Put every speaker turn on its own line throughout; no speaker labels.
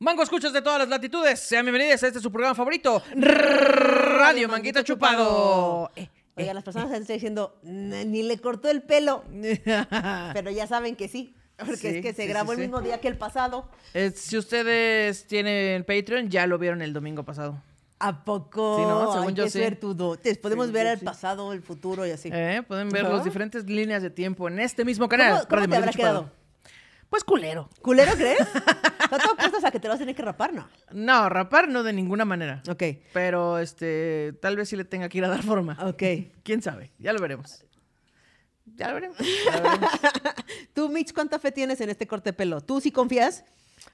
Mango escuchas de todas las latitudes. Sean bienvenidos a este su programa favorito, Radio Manguita Chupado.
Eh, Oigan, las personas están diciendo, "N- ni le cortó el pelo, pero ya saben que sí, porque
Ah. Sí,
es que se
sí, sí,
grabó el
sí.
mismo día que el pasado.
Eh, si ustedes tienen Patreon, ya lo vieron el domingo pasado.
¿A poco?
Sí, no, según
Ay,
yo
qué
sí.
suertudo. Te- podemos
Sí,
ver
sí,
el
sí.
pasado, el futuro y así.
Eh, Pueden ver
Ajá.
las diferentes líneas de tiempo en este mismo
¿Cómo,
canal. Radio
cómo te
Manguita
habrá
Chupado.
quedado?
Pues culero.
¿Culero crees? No te apuestas a que te lo vas a tener que rapar, ¿no?
No, rapar no de ninguna manera.
Ok,
Pero este, tal vez sí le tenga que ir a dar forma.
ok.
¿Quién sabe? Ya lo veremos. Ya lo veremos. Ya lo veremos.
Tú, Mitch, ¿cuánta fe tienes en este corte de pelo? ¿Tú sí confías?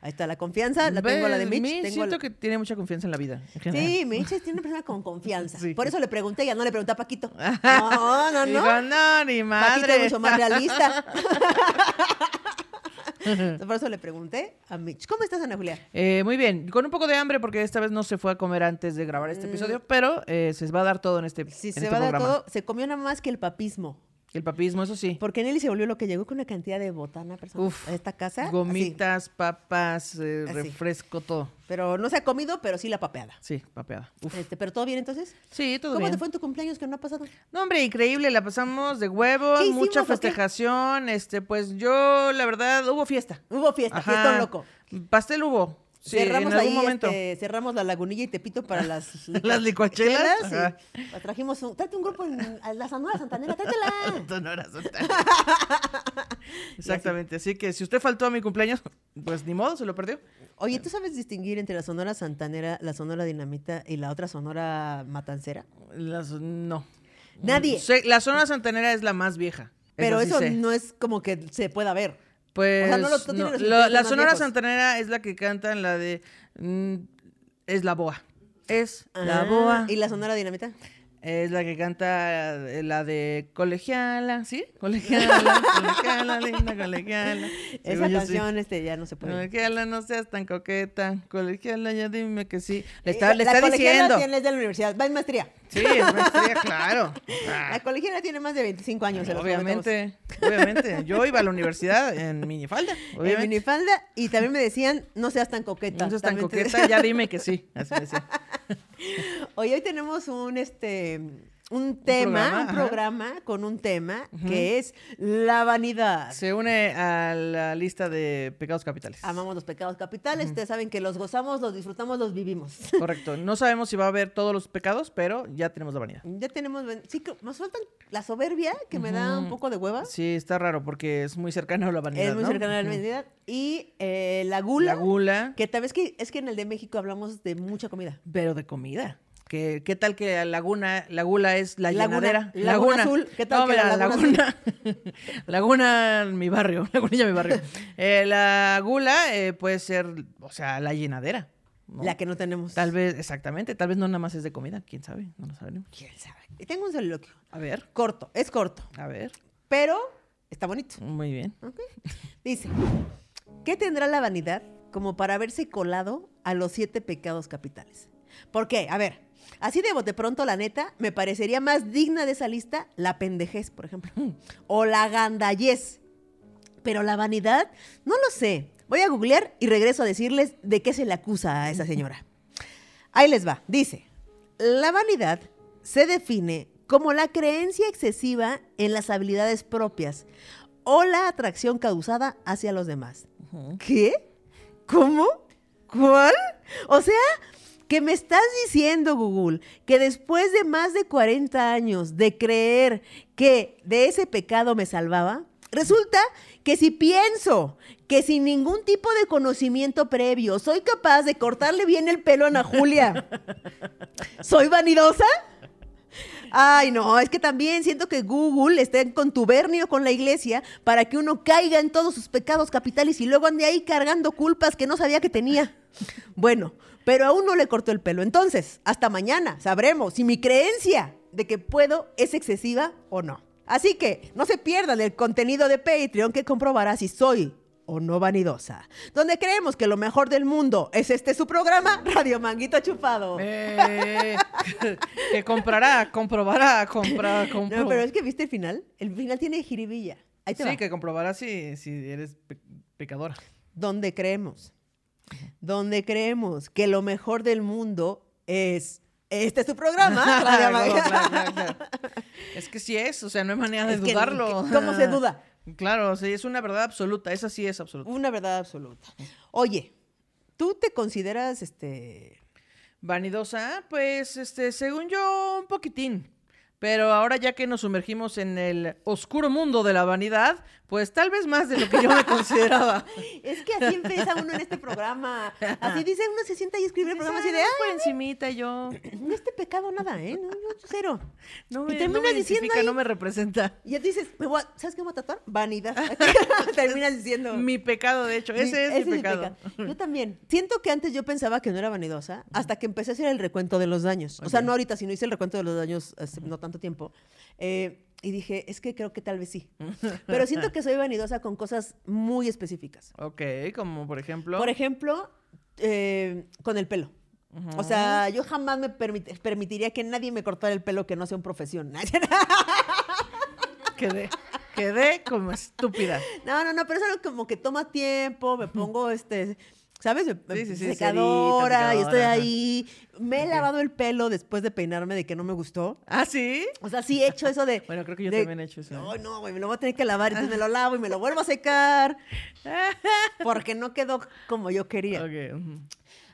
Ahí está la confianza, la tengo
Ve,
la de Mitch.
Mitch
tengo
siento
la-
que tiene mucha confianza en la vida. en general.
Sí, Mitch es una persona con confianza.
Sí.
Por eso le pregunté, ya no le pregunté a Paquito. No, no, no.
Digo, no, ni
Paquito es
madre.
mucho más realista. Por eso le pregunté a Mitch. ¿Cómo estás, Ana Julia?
Eh, muy bien, con un poco de hambre porque esta vez no se fue a comer antes de grabar este episodio, pero eh, se va a dar todo en este,
Si
en
Mm. se
este
va a dar
programa.
todo, se comió nada más que el papismo.
El papismo, eso sí.
Porque Nelly se volvió lo que llegó con una cantidad de botana personal
Uf,
a esta casa. así.
Gomitas, papas, eh,
Así.
refresco, todo.
Pero no se ha comido, pero sí la papeada.
Sí, papeada. Uf.
Este, pero todo bien entonces.
Sí, todo
¿Cómo
bien.
te fue en tu cumpleaños que no ha pasado?
No, hombre, increíble, la pasamos de huevos,
¿Qué hicimos, o
mucha
qué?
festejación, este, pues yo, la verdad, hubo fiesta.
Hubo fiesta,
Ajá.
fiestón loco.
Pastel hubo. Sí,
cerramos
en algún
ahí,
momento.
este, cerramos la lagunilla y Tepito para las,
Las licuachelas, ajá.
y trajimos un, tráete un grupo en a la Sonora Santanera, trátela.
Sonora, Sonora. Exactamente, así que si usted faltó a mi cumpleaños, pues ni modo, se lo perdió.
Oye, ¿tú sabes distinguir entre la Sonora Santanera, la Sonora Dinamita y la otra Sonora Matancera?
Las- no.
Nadie.
Sé- la zona santanera es la más vieja.
Pero
sí
eso
sé.
no es como que se pueda ver.
Pues,
o sea, no lo- no tiene
no.
los
Lo-
integrantes
la
más
Sonora
viejos.
Santanera es la que cantan la de mm, es la boa. Es la
Ah,
boa.
¿Y la Sonora Dinamita?
Es la que canta eh, la de colegiala, ¿sí? Colegiala, colegiala, linda colegiala.
Esa
Según yo, sí.
canción este, ya no se puede.
Colegiala, no seas tan coqueta. Colegiala, ya dime que sí. Le
Eh,
está, le
la
está
colegiala
diciendo.
tiene- es de la universidad, va en maestría.
Sí, es maestría, claro.
La colegiala tiene más de 25 años. se los
Ah. obviamente, obviamente. Yo iba a la universidad en minifalda,
prometo. En
obviamente.
minifalda y también me decían, no seas tan coqueta.
No seas tan
También te-
coqueta, ya dime que sí. Así me decía.
Hoy, hoy tenemos un este un tema,
programa,
un programa,
ajá.
con un tema que es la vanidad.
Se une a la lista de pecados capitales.
Amamos los pecados capitales, ustedes saben que los gozamos, los disfrutamos, los vivimos.
Correcto. No sabemos si va a haber todos los pecados, pero ya tenemos la vanidad.
Ya tenemos, ven- sí, que nos faltan la soberbia que me da un poco de hueva.
Sí, está raro porque es muy cercano a la vanidad.
es muy
¿no?
cercana a la vanidad. Y eh, la gula,
La gula,
que tal vez que es que en el de México hablamos de mucha comida.
pero de comida. ¿Qué, ¿Qué tal que la laguna, la gula es la
Laguna,
llanadera?
Laguna Azul, ¿qué tal
No,
que la
mira,
Laguna
laguna, laguna, mi barrio, lagunilla mi barrio. Eh, la gula eh, puede ser, o sea, la llenadera. ¿no?
La que no tenemos.
Tal vez, exactamente, tal vez no nada más es de comida, quién sabe, no lo sabemos.
¿Quién sabe? Y tengo un soliloquio.
A ver,
Corto, es corto,
a ver,
pero está bonito.
muy bien.
Ok. Dice, ¿qué tendrá la vanidad como para haberse colado a los siete pecados capitales? ¿Por qué? A ver, así de bote pronto, la neta, me parecería más digna de esa lista la pendejez, por ejemplo, o la gandallez. Pero la vanidad, no lo sé. Voy a googlear y regreso a decirles de qué se le acusa a esa señora. Ahí les va. Dice, la vanidad se define como la creencia excesiva en las habilidades propias o la atracción causada hacia los demás. ¿Qué? ¿Cómo? ¿Cuál? O sea, que me estás diciendo, Google, que después de más de 40 años de creer que de ese pecado me salvaba, resulta que si pienso que sin ningún tipo de conocimiento previo soy capaz de cortarle bien el pelo a Ana Julia, ¿soy vanidosa? Ay, no, es que también siento que Google está en contubernio con la iglesia para que uno caiga en todos sus pecados capitales y luego ande ahí cargando culpas que no sabía que tenía. Bueno, pero aún no le cortó el pelo. Entonces, hasta mañana sabremos si mi creencia de que puedo es excesiva o no. Así que no se pierdan el contenido de Patreon que comprobará si soy o no vanidosa. Donde creemos que lo mejor del mundo es este su programa, Radio Manguito Chupado.
Eh, que comprará, comprobará, compra, compro.
No, pero es que viste el final. El final tiene jiribilla. Ahí te
Sí,
va.
que comprobará si, si eres pe- pecadora.
Donde creemos donde creemos que lo mejor del mundo es... Este es tu programa, Claudia Magia.
Claro, claro, claro. Es que sí es, o sea, no hay manera de
Es que-
dudarlo.
que- ¿Cómo se duda?
Claro, sí, es una verdad absoluta, esa sí es absoluta.
Una verdad absoluta. Oye, ¿tú te consideras este
Vanidosa, pues, este, según yo, un poquitín. Pero ahora ya que nos sumergimos en el oscuro mundo de la vanidad, pues tal vez más de lo que yo me consideraba.
Es que así empieza uno en este programa. Así dice uno, se sienta y escribe el programa así de,
Ah,
"Ah,
por encimita yo.
no este pecado nada, ¿eh? No, no, cero.
No
Y
me, no
terminas
me
diciendo
identifica,
ahí-
no me representa.
Y ya dices, me voy a- ¿sabes qué me voy a tatuar? Vanidad. Terminas diciendo.
Mi pecado, de hecho,
"Mi-
ese es mi pecado.
pecado". Yo también. Siento que antes yo pensaba que no era vanidosa hasta que empecé a hacer el recuento de los daños. O sea,
Ok.
no ahorita, sino hice el recuento de los daños hace no tanto tiempo. Eh, y dije, es que creo que tal vez sí. Pero siento que soy vanidosa con cosas muy específicas.
Ok, como por ejemplo.
Por ejemplo, eh, con el pelo. O sea, yo jamás me permit- permitiría que nadie me cortara el pelo que no sea un profesional.
Quedé, quedé como estúpida.
no, no, no, pero eso es como que toma tiempo, me pongo este, ¿sabes? Me- me-
Sí, sí, sí,
secadora
cerita,
y estoy
secadora, ajá.
ahí. Me he lavado el pelo después de peinarme de que no me gustó.
¿Ah, sí?
O sea, sí he hecho eso de...
Bueno, creo que yo
de-
también he hecho eso. ¿eh? Ah.
Ay, no, güey, me lo voy a tener que lavar, entonces me lo lavo y me lo vuelvo a secar porque no quedó como yo quería.
Ok, ujú.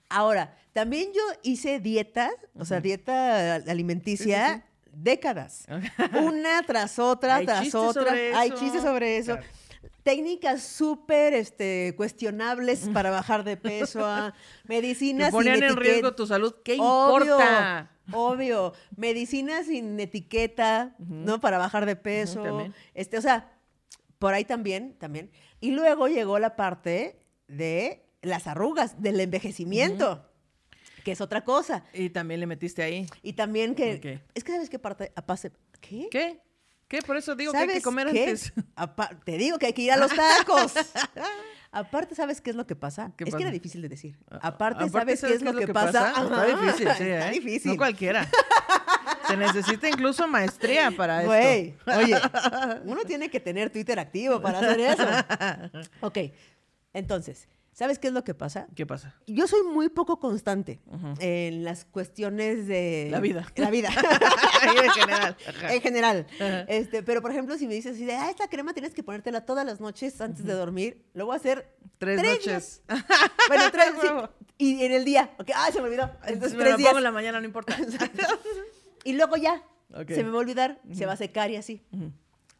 Ahora, también yo hice dietas, o sea, dieta alimenticia, décadas. Una tras otra,
Hay
tras
chistes
otra.
sobre
Hay
eso.
chistes sobre eso.
Claro.
Técnicas súper este, cuestionables para bajar de peso, ah,
Que
medicinas
ponían
sin
en
etiqueta.
riesgo tu salud. ¿Qué
Obvio,
importa?
Obvio, medicinas sin etiqueta, ¿no? Para bajar de peso.
también.
este, o sea, por ahí también, también. Y luego llegó la parte de las arrugas, del envejecimiento, que es otra cosa.
Y también le metiste ahí.
Y también que
Ok.
es que sabes qué parte apase ¿Qué?
¿Qué? ¿Qué? Por eso digo que hay que
¿Sabes
comer
qué?
antes.
Apa- te digo que hay que ir a los tacos. Aparte, ¿sabes qué es lo que pasa?
¿Qué
es que
pasa? Ah,
era difícil de decir.
A-
Aparte, ¿sabes, qué es lo que, pasa?
Está
Ajá,
difícil, sí,
Está
¿eh?
difícil.
No cualquiera. Se necesita incluso maestría para
Güey,
esto.
oye, uno tiene que tener Twitter activo para hacer eso. Ok, entonces, ¿sabes qué es lo que pasa?
¿Qué pasa?
Yo soy muy poco constante en las cuestiones de...
La vida.
La vida.
Ahí en general. Ajá.
en general.
Ajá.
Este, pero, por ejemplo, si me dices así de, ah, esta crema tienes que ponértela todas las noches antes de dormir, lo voy a hacer
Tres
días.
noches.
Bueno, tres, sí,
Huevo.
y en el día. Ok, ah, se me olvidó. Entonces,
Entonces me
tres
la
días.
pongo en la mañana, no importa.
Y luego ya,
Ok.
se me va a olvidar, se va a secar y así.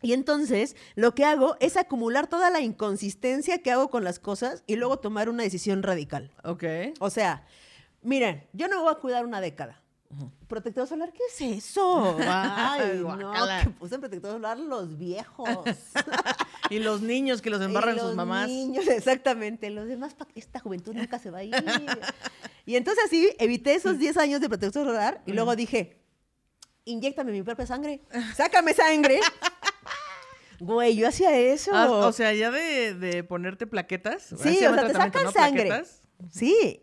Y entonces lo que hago es acumular toda la inconsistencia que hago con las cosas y luego tomar una decisión radical.
ok.
O sea, miren, yo no me voy a cuidar una década. Protector solar, ¿qué es eso? Ay, no,
Guácala.
que usan protector solar los viejos.
Y los niños que los
Y
embarran
los
sus mamás.
niños, exactamente. Los demás, pa- esta juventud nunca se va a ir. y entonces así evité esos 10 años de protector solar y luego dije, inyectame mi propia sangre, sácame sangre. Güey, yo hacía eso.
Ah, o sea, ya de, de ponerte plaquetas. así
sí,
se
o
llama
sea, te
tratamiento,
sacan
¿no?
sangre.
Plaquetas.
Sí,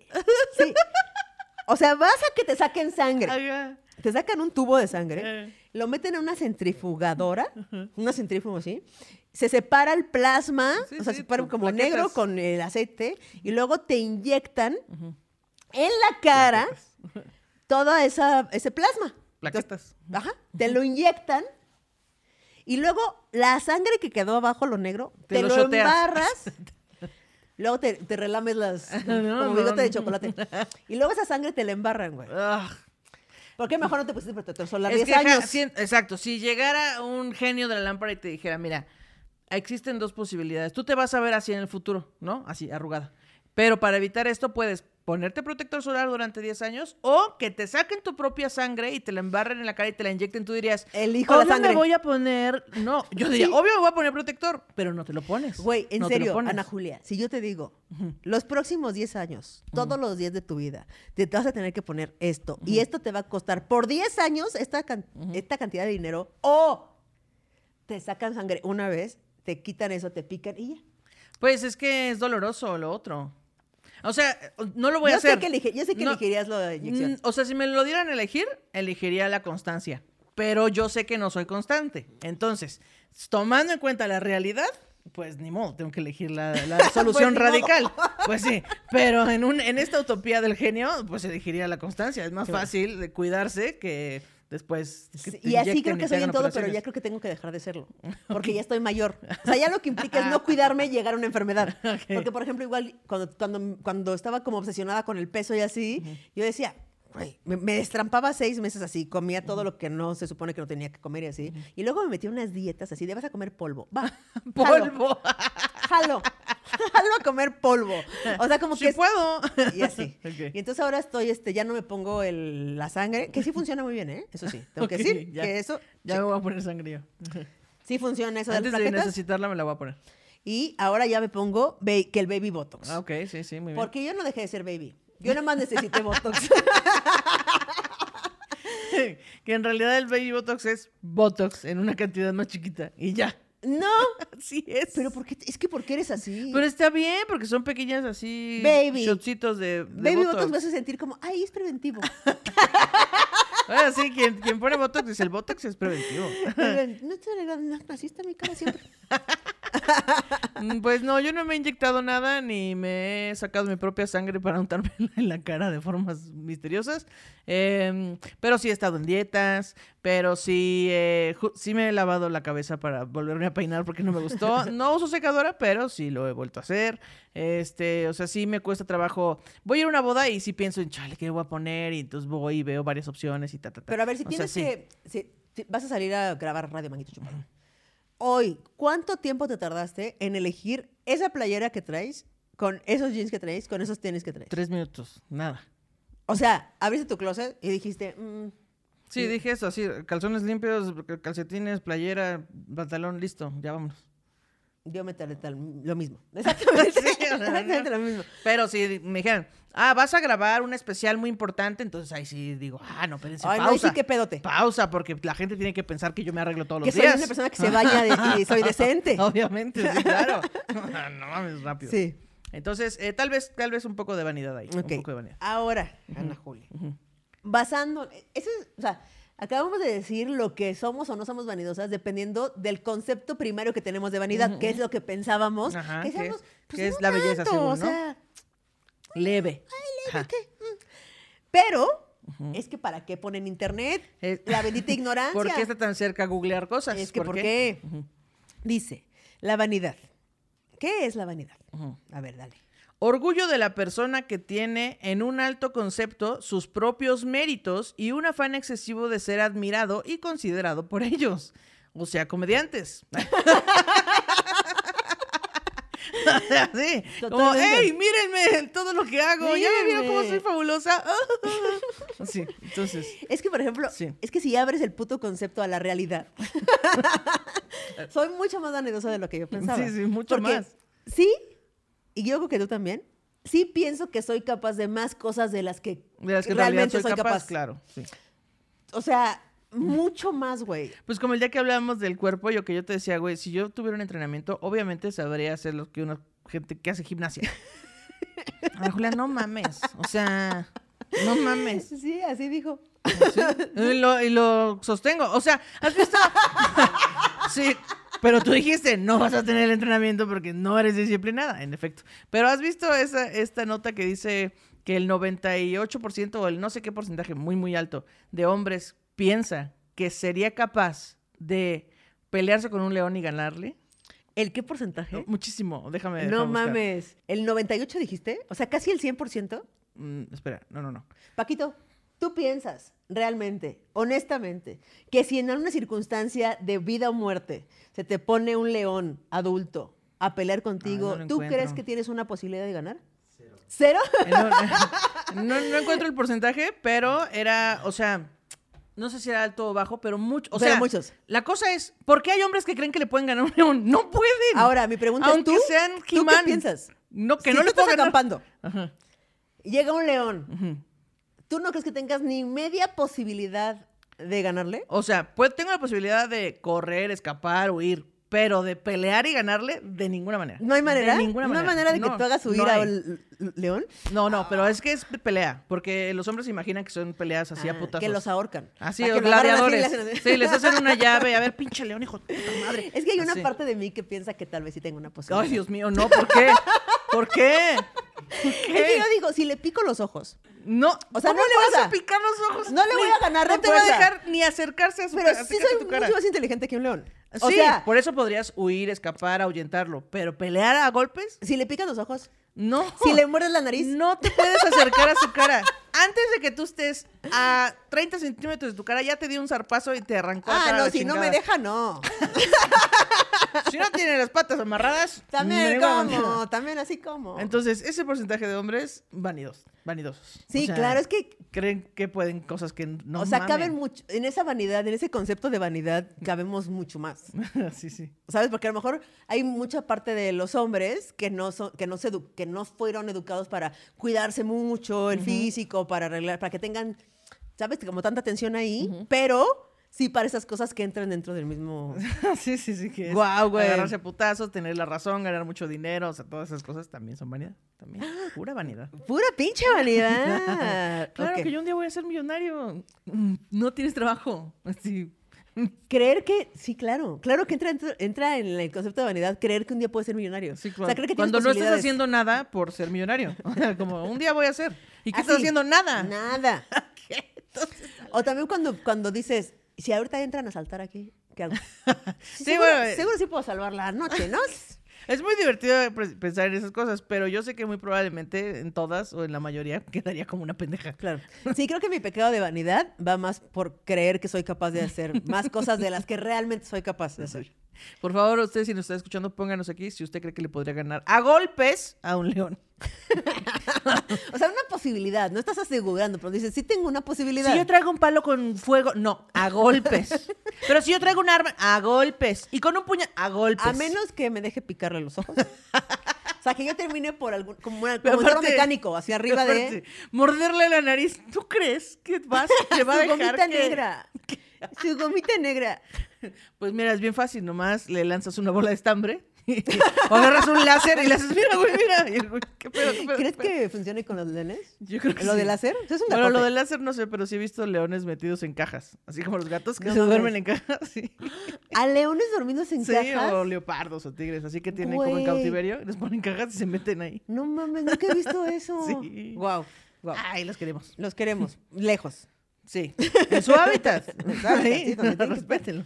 sí. O sea, vas a que te saquen sangre.
Ajá.
Te sacan un tubo de sangre,
Eh.
lo meten en una centrifugadora, una centrífuga así, se separa el plasma,
Sí,
o sea,
sí,
se separa
con
como
plaquetas.
negro con el aceite, y luego te inyectan en la cara todo esa, ese plasma.
Plaquetas.
Ajá, te lo inyectan. Y luego la sangre que quedó abajo, lo negro, te,
Te
lo,
lo shoteas.
embarras. luego te, te relames las.
No,
como bigote
no.
de chocolate. Y luego esa sangre te la embarran, güey.
Ah.
¿Por qué mejor no te pusiste protector solar
Es
10
que, ajá,
años?
si- exacto, si llegara un genio de la lámpara y te dijera, mira, existen dos posibilidades. Tú te vas a ver así en el futuro, ¿no? Así, arrugada. Pero para evitar esto puedes ponerte protector solar durante 10 años o que te saquen tu propia sangre y te la embarren en la cara y te la inyecten. Tú dirías,
Elijo la
obvio
sangre".
me voy a poner... No, yo diría,
Sí.
obvio me voy a poner protector, pero no te lo pones.
Güey, en
No te lo
serio,
pones.
Ana Julia, si yo te digo, los próximos 10 años, todos los días de tu vida, te vas a tener que poner esto. Y esto te va a costar por 10 años esta, can- esta cantidad de dinero. O te sacan sangre una vez, te quitan eso, te pican y ya.
Pues es que es doloroso lo otro. O sea, no lo voy a
yo,
hacer.
Sé que elige- yo sé que
No.
elegirías lo de la inyección.
Mm, o sea, si me lo dieran a elegir, elegiría la constancia. Pero yo sé que no soy constante. Entonces, tomando en cuenta la realidad, Pues ni modo, tengo que elegir la, la solución
ni modo.
radical. Pues sí, pero en, un, en esta utopía del genio, pues elegiría la constancia. Es más
Claro.
fácil de cuidarse que después. que
Sí,
te
Y así
inyecten
creo que
te
soy en
hagan
todo, pero ya
operaciones.
creo que tengo que dejar de serlo. Porque ya estoy mayor. O sea, ya lo que implica es no cuidarme y llegar a una enfermedad. Porque, por ejemplo, igual cuando, cuando, cuando estaba como obsesionada con el peso y así, yo decía, "Güey", me, me destrampaba seis meses así, comía todo lo que no se supone que no tenía que comer y así. Y luego me metí a unas dietas así, de vas a comer polvo. Va. Jalo,
Polvo.
jalo. Jalo a comer polvo. O sea, como
Si
que. es-
puedo.
y así.
Ok.
Y entonces ahora estoy, este, ya no me pongo el- la sangre, que sí funciona muy bien, ¿eh? Eso sí, tengo que
Ok,
decir
ya.
que eso
Ya
sí,
me voy a poner sangre yo.
sí funciona eso de las
Antes de
plaquetas.
necesitarla me la voy a poner.
Y ahora ya me pongo ba- que el baby botox.
Ah, ok, sí, sí, muy bien.
porque yo no dejé de ser baby. Yo nada más necesité botox.
que en realidad el baby botox es botox en una cantidad más chiquita y ya.
No,
Así es.
pero ¿por qué? es que ¿por qué eres así?
Pero está bien, porque son pequeñas así.
Baby.
Shotcitos de, de
baby botox.
botox.
me hace sentir como, ay, es preventivo.
Ahora sí, quien, quien pone botox dice el botox es preventivo.
no estoy no, así está mi cara siempre.
Mm, Pues no, yo no me he inyectado nada ni me he sacado mi propia sangre para untarme en la cara de formas misteriosas. Em, pero sí he estado en dietas, pero sí, eh, ju- sí me he lavado la cabeza para volverme a peinar porque no me gustó. No uso secadora, pero sí lo he vuelto a hacer. Este, o sea, sí me cuesta trabajo. Voy a ir a una boda y sí pienso en, chale, ¿qué voy a poner? Y entonces voy y veo varias opciones y ta, ta, ta.
Pero a ver, si
O sea,
tienes
sí.
que. si- si vas a salir a grabar Radio Manguito Chupado. Hoy, ¿cuánto tiempo te tardaste en elegir esa playera que traes, con esos jeans que traes, con esos tenis que traes?
Tres minutos, nada.
O sea, abriste tu closet y dijiste, mm,
Sí, dije eso, así, calzones limpios, calcetines, playera, pantalón, listo, ya vámonos.
yo me tardé tal- lo mismo. Exactamente.
Sí, o sea,
Exactamente
no.
lo mismo.
Pero sí, me dijeron, ah, vas a grabar un especial muy importante, entonces ahí sí digo, ah, no, espérense,
Ay, no,
pausa.
ahí sí que pedote.
Pausa, porque la gente tiene que pensar que yo me arreglo todos
Que
los
soy
días.
una persona que se baña de- y soy decente.
Obviamente, sí, claro. no mames, rápido.
Sí.
Entonces, eh, tal vez, tal vez un poco de vanidad ahí,
Ok.
un poco de vanidad.
Ahora, Ana Julia. Basando. Eso es, o sea, acabamos de decir lo que somos o no somos vanidosas dependiendo del concepto primario que tenemos de vanidad, que es lo que pensábamos.
Ajá,
que
que es-
somos, pues,
que es
no
la belleza,
tanto,
según, ¿no?
o sea,
Leve. Ajá.
pero. Es que para qué ponen internet,
Es-
la bendita ignorancia.
¿Por qué está tan cerca googlear cosas?
Es que ¿por qué? Dice, la vanidad. ¿Qué es la vanidad? A ver, dale.
Orgullo de la persona que tiene en un alto concepto sus propios méritos y un afán excesivo de ser admirado y considerado por ellos. O sea, comediantes. O sea, sí. Como,
Totalmente.
hey, mírenme todo lo que hago. Ya me vieron cómo soy
Mírenme.
fabulosa. sí, entonces.
Es que, por ejemplo,
Sí.
es que si abres el puto concepto a la realidad, soy mucho más vanidosa de lo que yo pensaba.
Sí, sí, mucho
Porque
más.
Sí, y yo creo que tú también, sí pienso que soy capaz de más cosas de las que,
De las que en realidad
realmente
soy, capaz, Claro, sí.
O sea, mucho más, güey.
Pues como el día que hablábamos del cuerpo, yo que yo te decía, güey, si yo tuviera un entrenamiento, obviamente sabría hacer lo que una gente que hace gimnasia. Ana Julia, no mames. O sea, no mames.
Sí, así dijo.
¿sí? Y, lo, y lo sostengo. O sea, ¿has visto? Sí. Pero tú dijiste, no vas a tener el entrenamiento porque no eres disciplinada, en efecto. Pero has visto esa, esta nota que dice que el 98% o el no sé qué porcentaje muy, muy alto de hombres piensa que sería capaz de pelearse con un león y ganarle.
¿El qué porcentaje?
Muchísimo, déjame.
¿Eh? no
déjame buscar.
mames. ¿El 98 dijiste? O sea, casi el 100%.
Mm, espera, no, no, no.
Paquito, ¿tú piensas realmente, honestamente, que si en alguna circunstancia de vida o muerte se te pone un león adulto a pelear contigo,
Ay, no lo
¿tú
encuentro.
crees que tienes una posibilidad de ganar? Cero. ¿Cero?
Eh, No, no, no encuentro el porcentaje, pero era, o sea, no sé si era alto o bajo, pero mucho. O
Pero
sea,
muchos.
La cosa es, ¿por qué hay hombres que creen que le pueden ganar a un león? No pueden.
Ahora, mi pregunta
Aunque
es tú,
sean
¿tú qué
He-Man.
piensas?
No, que
Si
no
tú
le
estás
puedo ganar.
acampando,
Ajá.
llega un león, ¿tú no crees que tengas ni media posibilidad de ganarle?
O sea, pues, tengo la posibilidad de correr, escapar, huir, Pero de pelear y ganarle, de ninguna manera.
¿No hay
De
manera?
ninguna
¿No hay manera de que
No,
tú hagas subir
no
a
hay.
un l- león?
No, no,
Ah.
pero es que es pelea. Porque los hombres se imaginan que son peleas así a
Ah,
putazos.
que los ahorcan.
Así,
Para
o
que lo agarren así y le
gladiadores.
hacen así.
Sí, les hacen una llave. A ver, pinche león, hijo de puta madre.
Es que hay una
Así.
parte de mí que piensa que tal vez sí tengo una posibilidad.
Ay, Dios mío, no, ¿por qué? ¿Por qué? ¿Por
Es que
qué?
yo digo, si le pico los ojos,
No,
O sea,
¿cómo
no le
vas
vas
a
a-
picar los ojos.
no le voy a ganar de
No te va a
fuerza.
dejar ni acercarse a su
pero sí
acercarse a
soy
tu
mucho
cara.
más inteligente que un león. O
sí,
sea,
por eso podrías huir, escapar, ahuyentarlo. Pero pelear a golpes,
si le pican los ojos,
no.
si le muerdes la nariz,
¡Oh! No te puedes acercar a su cara. Antes de que tú estés a 30 centímetros de tu cara, ya te dio un zarpazo y te arrancó la
ah,
cara a
no,
la
si no me
chingada.
deja, no.
Si no tiene las patas amarradas, de
También
ninguna manera.
como, también así como.
Entonces, ese porcentaje de hombres, vanidos, vanidosos.
sí,
O sea,
claro, es que,
Creen que pueden cosas que no
o sea,
mamen.
caben mucho, en esa vanidad, en ese concepto de vanidad, cabemos mucho más.
sí, sí.
¿Sabes? Porque a lo mejor hay mucha parte de los hombres que no son, que no se edu- que no fueron educados para cuidarse mucho el físico, para arreglar, para que tengan, ¿sabes? Como tanta atención ahí, pero sí para esas cosas que entran dentro del mismo.
sí, sí, sí. Que es
Guau, güey.
Agarrarse a putazos, tener la razón, ganar mucho dinero, o sea, todas esas cosas también son vanidad. También,
Ah,
pura vanidad.
Pura pinche vanidad.
Claro
Ok.
que yo un día voy a ser millonario. Mm, No tienes trabajo. Así.
Creer que, sí, claro, claro que entra, dentro- entra en el concepto de vanidad, creer que un día puedes ser millonario.
Sí,
O sea, creer que tienes
cuando no estás
posibilidades.
haciendo nada por ser millonario. Como un día voy a ser. ¿Y qué
Así.
estás haciendo? Nada.
Ah, Nada. O también cuando, cuando dices, si ahorita entran a saltar aquí, ¿qué hago? Sí,
Sí,
seguro,
bueno. eh.
seguro sí puedo salvar la noche, ¿no?
Es muy divertido pre- pensar en esas cosas, pero yo sé que muy probablemente en todas o en la mayoría quedaría como una pendeja.
Claro. Sí, creo que mi pecado de vanidad va más por creer que soy capaz de hacer más cosas de las que realmente soy capaz de hacer.
Por favor, usted si nos está escuchando, pónganos aquí si usted cree que le podría ganar a golpes a un león.
O sea, una posibilidad, no estás asegurando, pero dices, sí tengo una posibilidad.
Si yo traigo un palo con fuego, no, a golpes. Pero si yo traigo un arma, a golpes. Y con un puñal, a golpes.
a menos que me deje picarle los ojos. O sea, que yo termine por algún, como, una,
Pero
como un toro
aparte-
mecánico, hacia arriba de...
Aparte, Morderle la nariz. ¿Tú crees que vas, te va a
su
dejar
gomita
que-
negra. Su gomita negra.
Pues mira, es bien fácil. Nomás le lanzas una bola de estambre. o agarras un láser y le haces, mira, güey, mira. Y el güey, ¿qué pedo, qué pedo,
¿Crees
qué pedo?
que funcione con los leones?
Yo creo que
¿Lo
sí.
del láser? Eso Es un
Bueno, lo
datote.
del láser no sé, pero sí he visto leones metidos en cajas. Así como los gatos que
No
se
mames.
duermen en cajas. Sí.
A leones dormidos en
Sí,
cajas.
o leopardos o tigres, así que tienen como
Güey.
en cautiverio, les ponen cajas y se meten ahí.
No mames, nunca he visto eso.
Sí.
Wow,
Ay, los queremos.
Los queremos, lejos.
Sí, en su hábitat.
sí,
Ahí,
donde tienen que
respétenlo.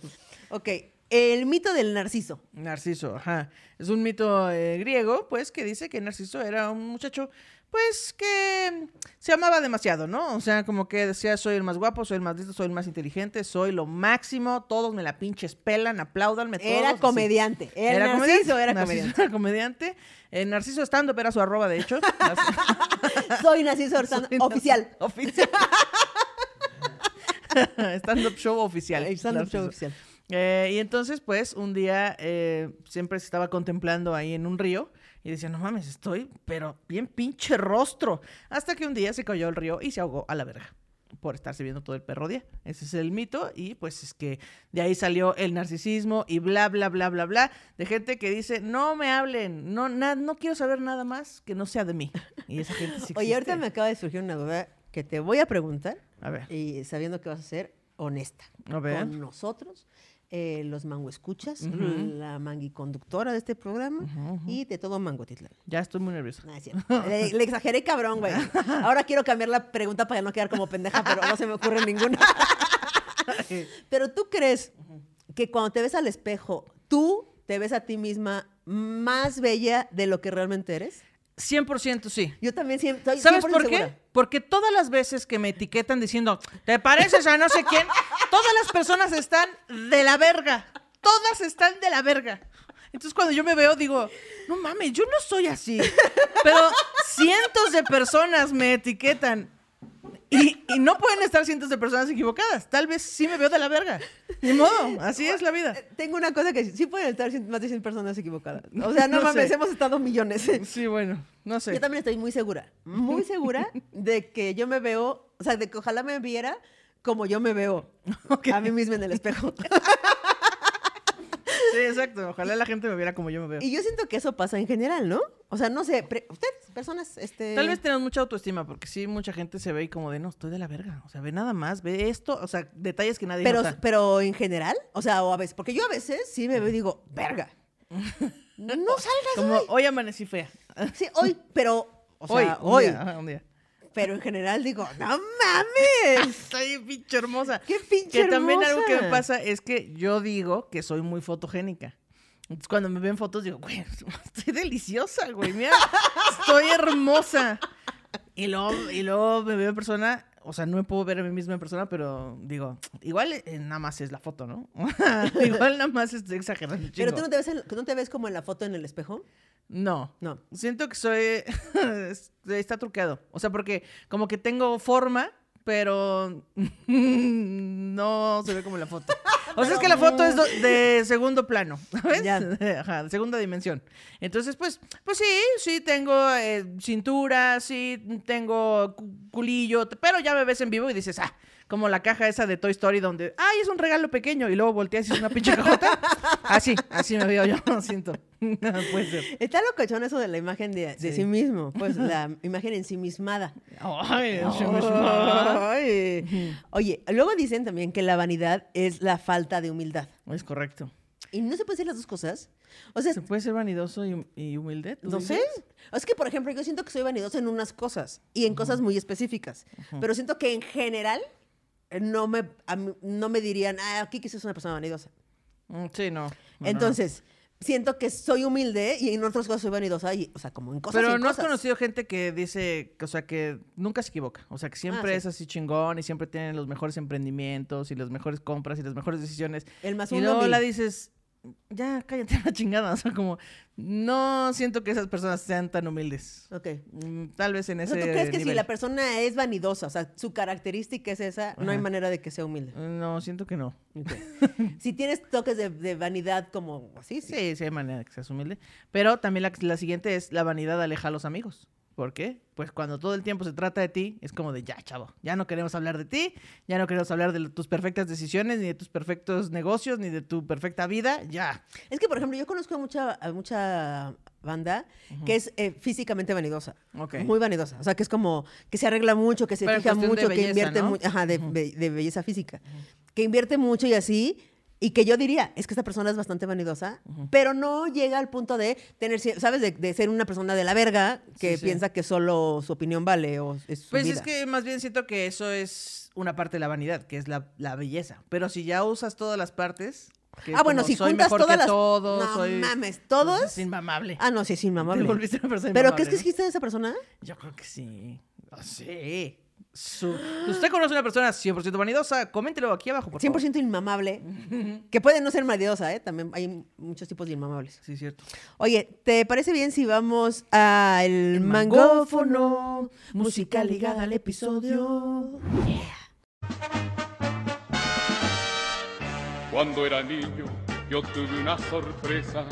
Ok, el mito del narciso.
Narciso, ajá. Es un mito eh, griego, pues, que dice que Narciso era un muchacho, pues, que se amaba demasiado, ¿no? O sea, como que decía, soy el más guapo, soy el más listo, soy el más inteligente, soy lo máximo, todos me la pinches pelan, aplaudanme todos.
Era
así.
comediante. El narciso era comediante.
Narciso era comediante. Eh, Narciso estando, pero era su arroba, de hecho. Narciso-
Soy narciso Orsán, oficial.
Oficial. Stand-up show oficial.
El stand-up show
Narciso.
oficial.
Eh, y entonces, pues, un día eh, siempre se estaba contemplando ahí en un río y decía, no mames, estoy, pero bien pinche rostro. Hasta que un día se cayó al río y se ahogó a la verga por estarse viendo todo el perro día. Ese es el mito y pues es que de ahí salió el narcisismo y bla, bla, bla, bla, bla, de gente que dice, no me hablen, no, na- no quiero saber nada más que no sea de mí. Y esa gente sí
Oye, ahorita me
existe.
acaba de surgir una duda que te voy a preguntar
A ver,
y sabiendo que vas a ser honesta
A ver.
con nosotros, eh, los mango escuchas,
Ujú.
la manguiconductora de este programa
Ujú, ujú.
y de todo mango titlán.
ya estoy muy nerviosa.
No, es cierto. Le, le exageré cabrón, güey. Ahora quiero cambiar la pregunta para no quedar como pendeja, pero no se me ocurre ninguna. Pero tú crees que cuando te ves al espejo, tú te ves a ti misma más bella de lo que realmente eres?
100% sí.
Yo también siempre estoy
¿Sabes
100%
por qué?
segura.
Porque todas las veces que me etiquetan diciendo, te pareces a no sé quién, todas las personas están de la verga. Todas están de la verga. Entonces cuando yo me veo digo, no mames, yo no soy así. Pero cientos de personas me etiquetan. Y, y no pueden estar cientos de personas equivocadas. Tal vez sí me veo de la verga. Ni modo, así es la vida.
Eh, Tengo una cosa que sí pueden estar cien- más de 100 personas equivocadas. O sea, no,
No
mames,
sé.
hemos estado millones.
Sí, bueno, no sé.
Yo también estoy muy segura, muy segura de que yo me veo, o sea, de que ojalá me viera como yo me veo
Ok.
a mí misma en el espejo.
Sí, exacto. Ojalá la gente me viera como yo me veo.
Y yo siento que eso pasa en general, ¿no? O sea, no sé, pre- ustedes, personas, este...
Tal vez tenemos mucha autoestima, porque sí, mucha gente se ve y como de, no, estoy de la verga. O sea, ve nada más, ve esto. O sea, detalles que nadie
Pero,
nota.
pero en general, o sea, o a veces, porque yo a veces sí me veo y digo, verga, no salgas
Como,
hoy.
hoy amanecí fea.
Sí, hoy, pero, o
hoy,
sea,
hoy.
hoy,
Un día, ajá, un día.
pero en general digo, no mames,
Estoy pinche hermosa.
qué pinche
Que también algo que me
hermosa".
pasa es que yo digo que soy muy fotogénica. Entonces, cuando me ven fotos, digo, güey, estoy deliciosa, güey, mira, estoy hermosa. Y luego, y luego me veo en persona, o sea, no me puedo ver a mí misma en persona, pero digo, igual eh, nada más es la foto, ¿no? igual nada más estoy exagerando. un
Pero tú
chingo.
no te, ves en- no te ves como en la foto en el espejo.
No.
No.
Siento que soy. es- está truqueado. O sea, porque como que tengo forma, pero. no se ve como en la foto. O sea, es que la foto es do- de segundo plano, ¿sabes?
Ya.
Ajá, segunda dimensión. Entonces, pues, pues sí, sí tengo eh, cintura, sí tengo cu- culillo, t- pero ya me ves en vivo y dices, ah, como la caja esa de Toy Story donde, ay, es un regalo pequeño, y luego volteas y es una pinche cajota. Así, así me veo yo, siento. Puede ser.
Está locochón eso de la imagen de, de sí.
Sí.
mismo, pues la imagen ensimismada.
Ay, se me suma.
Ay. Oye, luego dicen también que la vanidad es la falta de humildad.
Es correcto.
Y no se puede decir las dos cosas. O sea,
¿Se puede ser vanidoso y, hum- y humilde? ¿Tú
no sé.
dices?
Es que, por ejemplo, yo siento que soy vanidosa en unas cosas y en cosas muy específicas. Pero siento que en general eh, no me, a mí- no me dirían, ah, Kiki sí es una persona vanidosa.
Mm, Sí, no. No, no,
Entonces, siento que soy humilde y en otras cosas soy vanidosa. Y, o sea, como en
no.
cosas y
Pero
en
no has
cosas.
conocido gente que dice, o sea, que nunca se equivoca. O sea, que siempre
Ah, sí.
es así chingón y siempre tienen los mejores emprendimientos y las mejores compras y las mejores decisiones.
El más
y
uno,
luego
mil.
la dices, ya, cállate a la chingada. O sea, como, no siento que esas personas sean tan humildes.
Ok.
Mm, Tal vez en
O
ese
sea, ¿tú crees que si
nivel.
la persona es vanidosa, o sea, su característica es esa, no hay
Ajá.
manera de que sea humilde?
No, siento que no.
si tienes toques de, de vanidad como así, sí.
Sí, sí hay manera de que seas humilde. Pero también la, la siguiente es la vanidad aleja a los amigos. ¿Por qué? Pues cuando todo el tiempo se trata de ti, es como de ya, chavo, ya no queremos hablar de ti, ya no queremos hablar de lo- tus perfectas decisiones, ni de tus perfectos negocios, ni de tu perfecta vida, ya.
Es que, por ejemplo, yo conozco a mucha, a mucha banda que es eh, físicamente vanidosa.
Ok.
Muy vanidosa. O sea, que es como que se arregla mucho, que se
Pero en
fija
cuestión de
mucho, que
belleza,
invierte
¿no?
mucho. Ajá, de, be- de belleza física. Que invierte mucho y así. Y que yo diría, es que esta persona es bastante vanidosa, pero no llega al punto de tener, ci- ¿sabes? De, de ser una persona de la verga que
Sí, sí.
piensa que solo su opinión vale o es su
Pues
vida.
es que más bien siento que eso es una parte de la vanidad, que es la, la belleza. Pero si ya usas todas las partes, que es
Ah, bueno,
como,
si
soy
juntas
mejor
todas
que
las...
todos,
no
soy- pues,
mames, ¿todos?
Es inmamable.
Ah, no, sí, es
Te
inmamable.
volviste una persona
¿Pero
inmamable,
crees que
¿no?
existe esa persona?
Yo creo que sí. Ah, Sí. Su- ¿Usted conoce a una persona 100% vanidosa? Coméntelo aquí abajo, por favor.
100% inmamable. Que puede no ser maldidosa, ¿eh? También hay muchos tipos de inmamables.
Sí, cierto.
Oye, ¿te parece bien si vamos al mangófono? Música ligada al episodio.
Cuando era niño yo tuve una sorpresa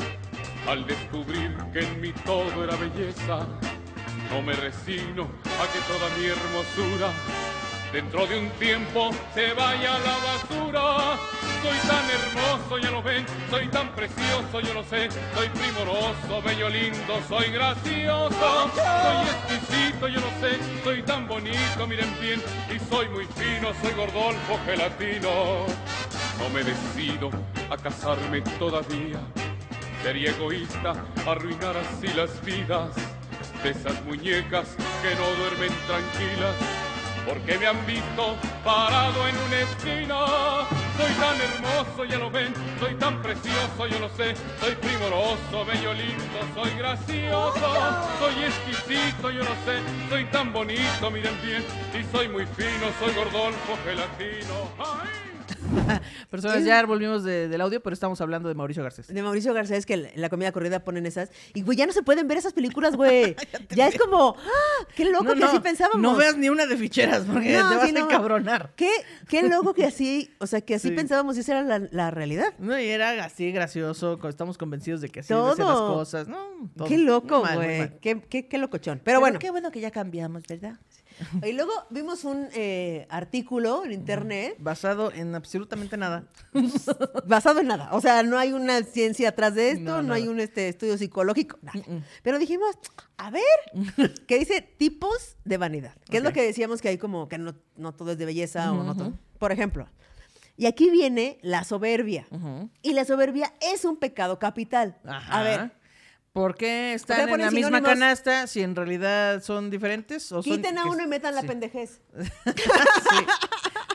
al descubrir que en mí todo era belleza. No me resigno a que toda mi hermosura dentro de un tiempo se vaya a la basura. Soy tan hermoso, ya lo ven, soy tan precioso, yo lo sé, soy primoroso, bello, lindo, soy gracioso, soy exquisito, yo lo sé, soy tan bonito, miren bien, y soy muy fino, soy gordolfo, gelatino. No me decido a casarme todavía. Sería egoísta arruinar así las vidas de esas muñecas que no duermen tranquilas. Porque me han visto parado en una esquina. Soy tan hermoso, ya lo ven. Soy tan precioso, yo lo sé. Soy primoroso, bello, lindo, soy gracioso. Soy exquisito, yo lo sé. Soy tan bonito, miren bien. Y soy muy fino, soy gordolfo, gelatino. ¡Ay!
Personas, ya volvimos de- del audio, pero estamos hablando de Mauricio Garcés.
De Mauricio Garcés, que en la comida corrida ponen esas. Y, güey, ya no se pueden ver esas películas, güey. ya es como, ¡ah! ¡Qué loco que así pensábamos!
no veas ni una de ficheras porque
No,
te vas
sí,
a
no.
encabronar.
¿Qué, qué loco que así, o sea, que así
Sí.
pensábamos y esa era la, la realidad.
No, y era así gracioso, co- estamos convencidos de que así
Todo.
deben ser las cosas. No, todo.
Qué
Muy
loco,
mal, muy
güey.
mal.
Qué, qué- qué locochón. Pero bueno,
bueno que ya cambiamos, ¿verdad?
Y luego vimos un eh, artículo en internet
Basado en absolutamente nada.
basado en nada. O sea, no hay una ciencia atrás de esto, no,
No,
hay
nada.
un este, estudio psicológico, nada. Pero dijimos, a ver, que dice tipos de vanidad. Que es lo
Ok.
que decíamos que hay como que no, no todo es de belleza o no todo. Por ejemplo, y aquí viene la soberbia. Y la soberbia es un pecado capital.
Ajá.
A ver,
¿Por qué están en
ponen
la misma
sinónimos?
canasta si en realidad son diferentes? O son-
quiten a
que-
uno y metan la
sí,
pendejez.
sí.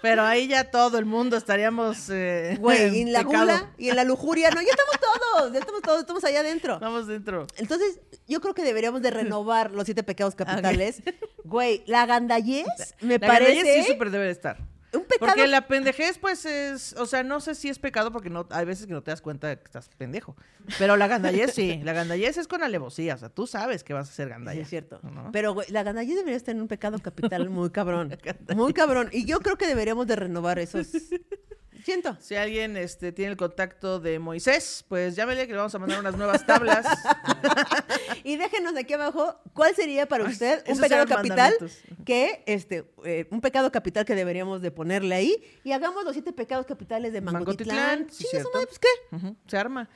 Pero ahí ya todo el mundo estaríamos. eh,
Güey, y en la
pecado.
gula y en la lujuria. No, ya estamos todos, ya estamos todos, estamos allá adentro.
Vamos dentro.
Entonces, yo creo que deberíamos de renovar los siete pecados capitales. Güey, la gandallez me
La
parece
gandallez sí súper debe de estar.
un pecado.
Porque la pendejez, pues es. O sea, no sé si es pecado porque no, hay veces que no te das cuenta que estás pendejo. Pero la gandallez sí. La gandallez es con alevosía. O sea, tú sabes que vas a ser
Sí,
gandalla.
es cierto.
¿no?
Pero, güey, la gandallez debería estar en un pecado capital muy cabrón. muy cabrón. Y yo creo que deberíamos de renovar esos. Siento.
Si alguien este, tiene el contacto de Moisés, pues llámele que le vamos a mandar unas nuevas tablas.
Y déjenos aquí abajo cuál sería para
Ay,
usted un
esos
pecado
eran
capital
mandamientos.
que, este, eh, un pecado capital que deberíamos de ponerle ahí. Y hagamos los siete pecados capitales de Mangotitlán.
Mangotitlán, sí,
Chinga su
cierto.
madre, pues, ¿qué?
Ujú, Se arma.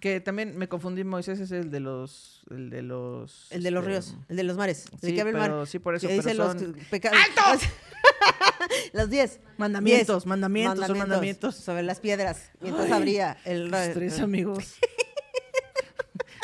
Que también me confundí, Moisés es el de los. El de los.
El de los
este,
ríos, el de los mares, el
sí,
que abre el mar.
pero- sí, por eso,
Que
pero
dice
son-
los pecados. ¡Alto! los 10.
Mandamientos, mandamientos, son mandamientos.
Sobre las piedras, mientras
Ay,
abría el...
los tres amigos.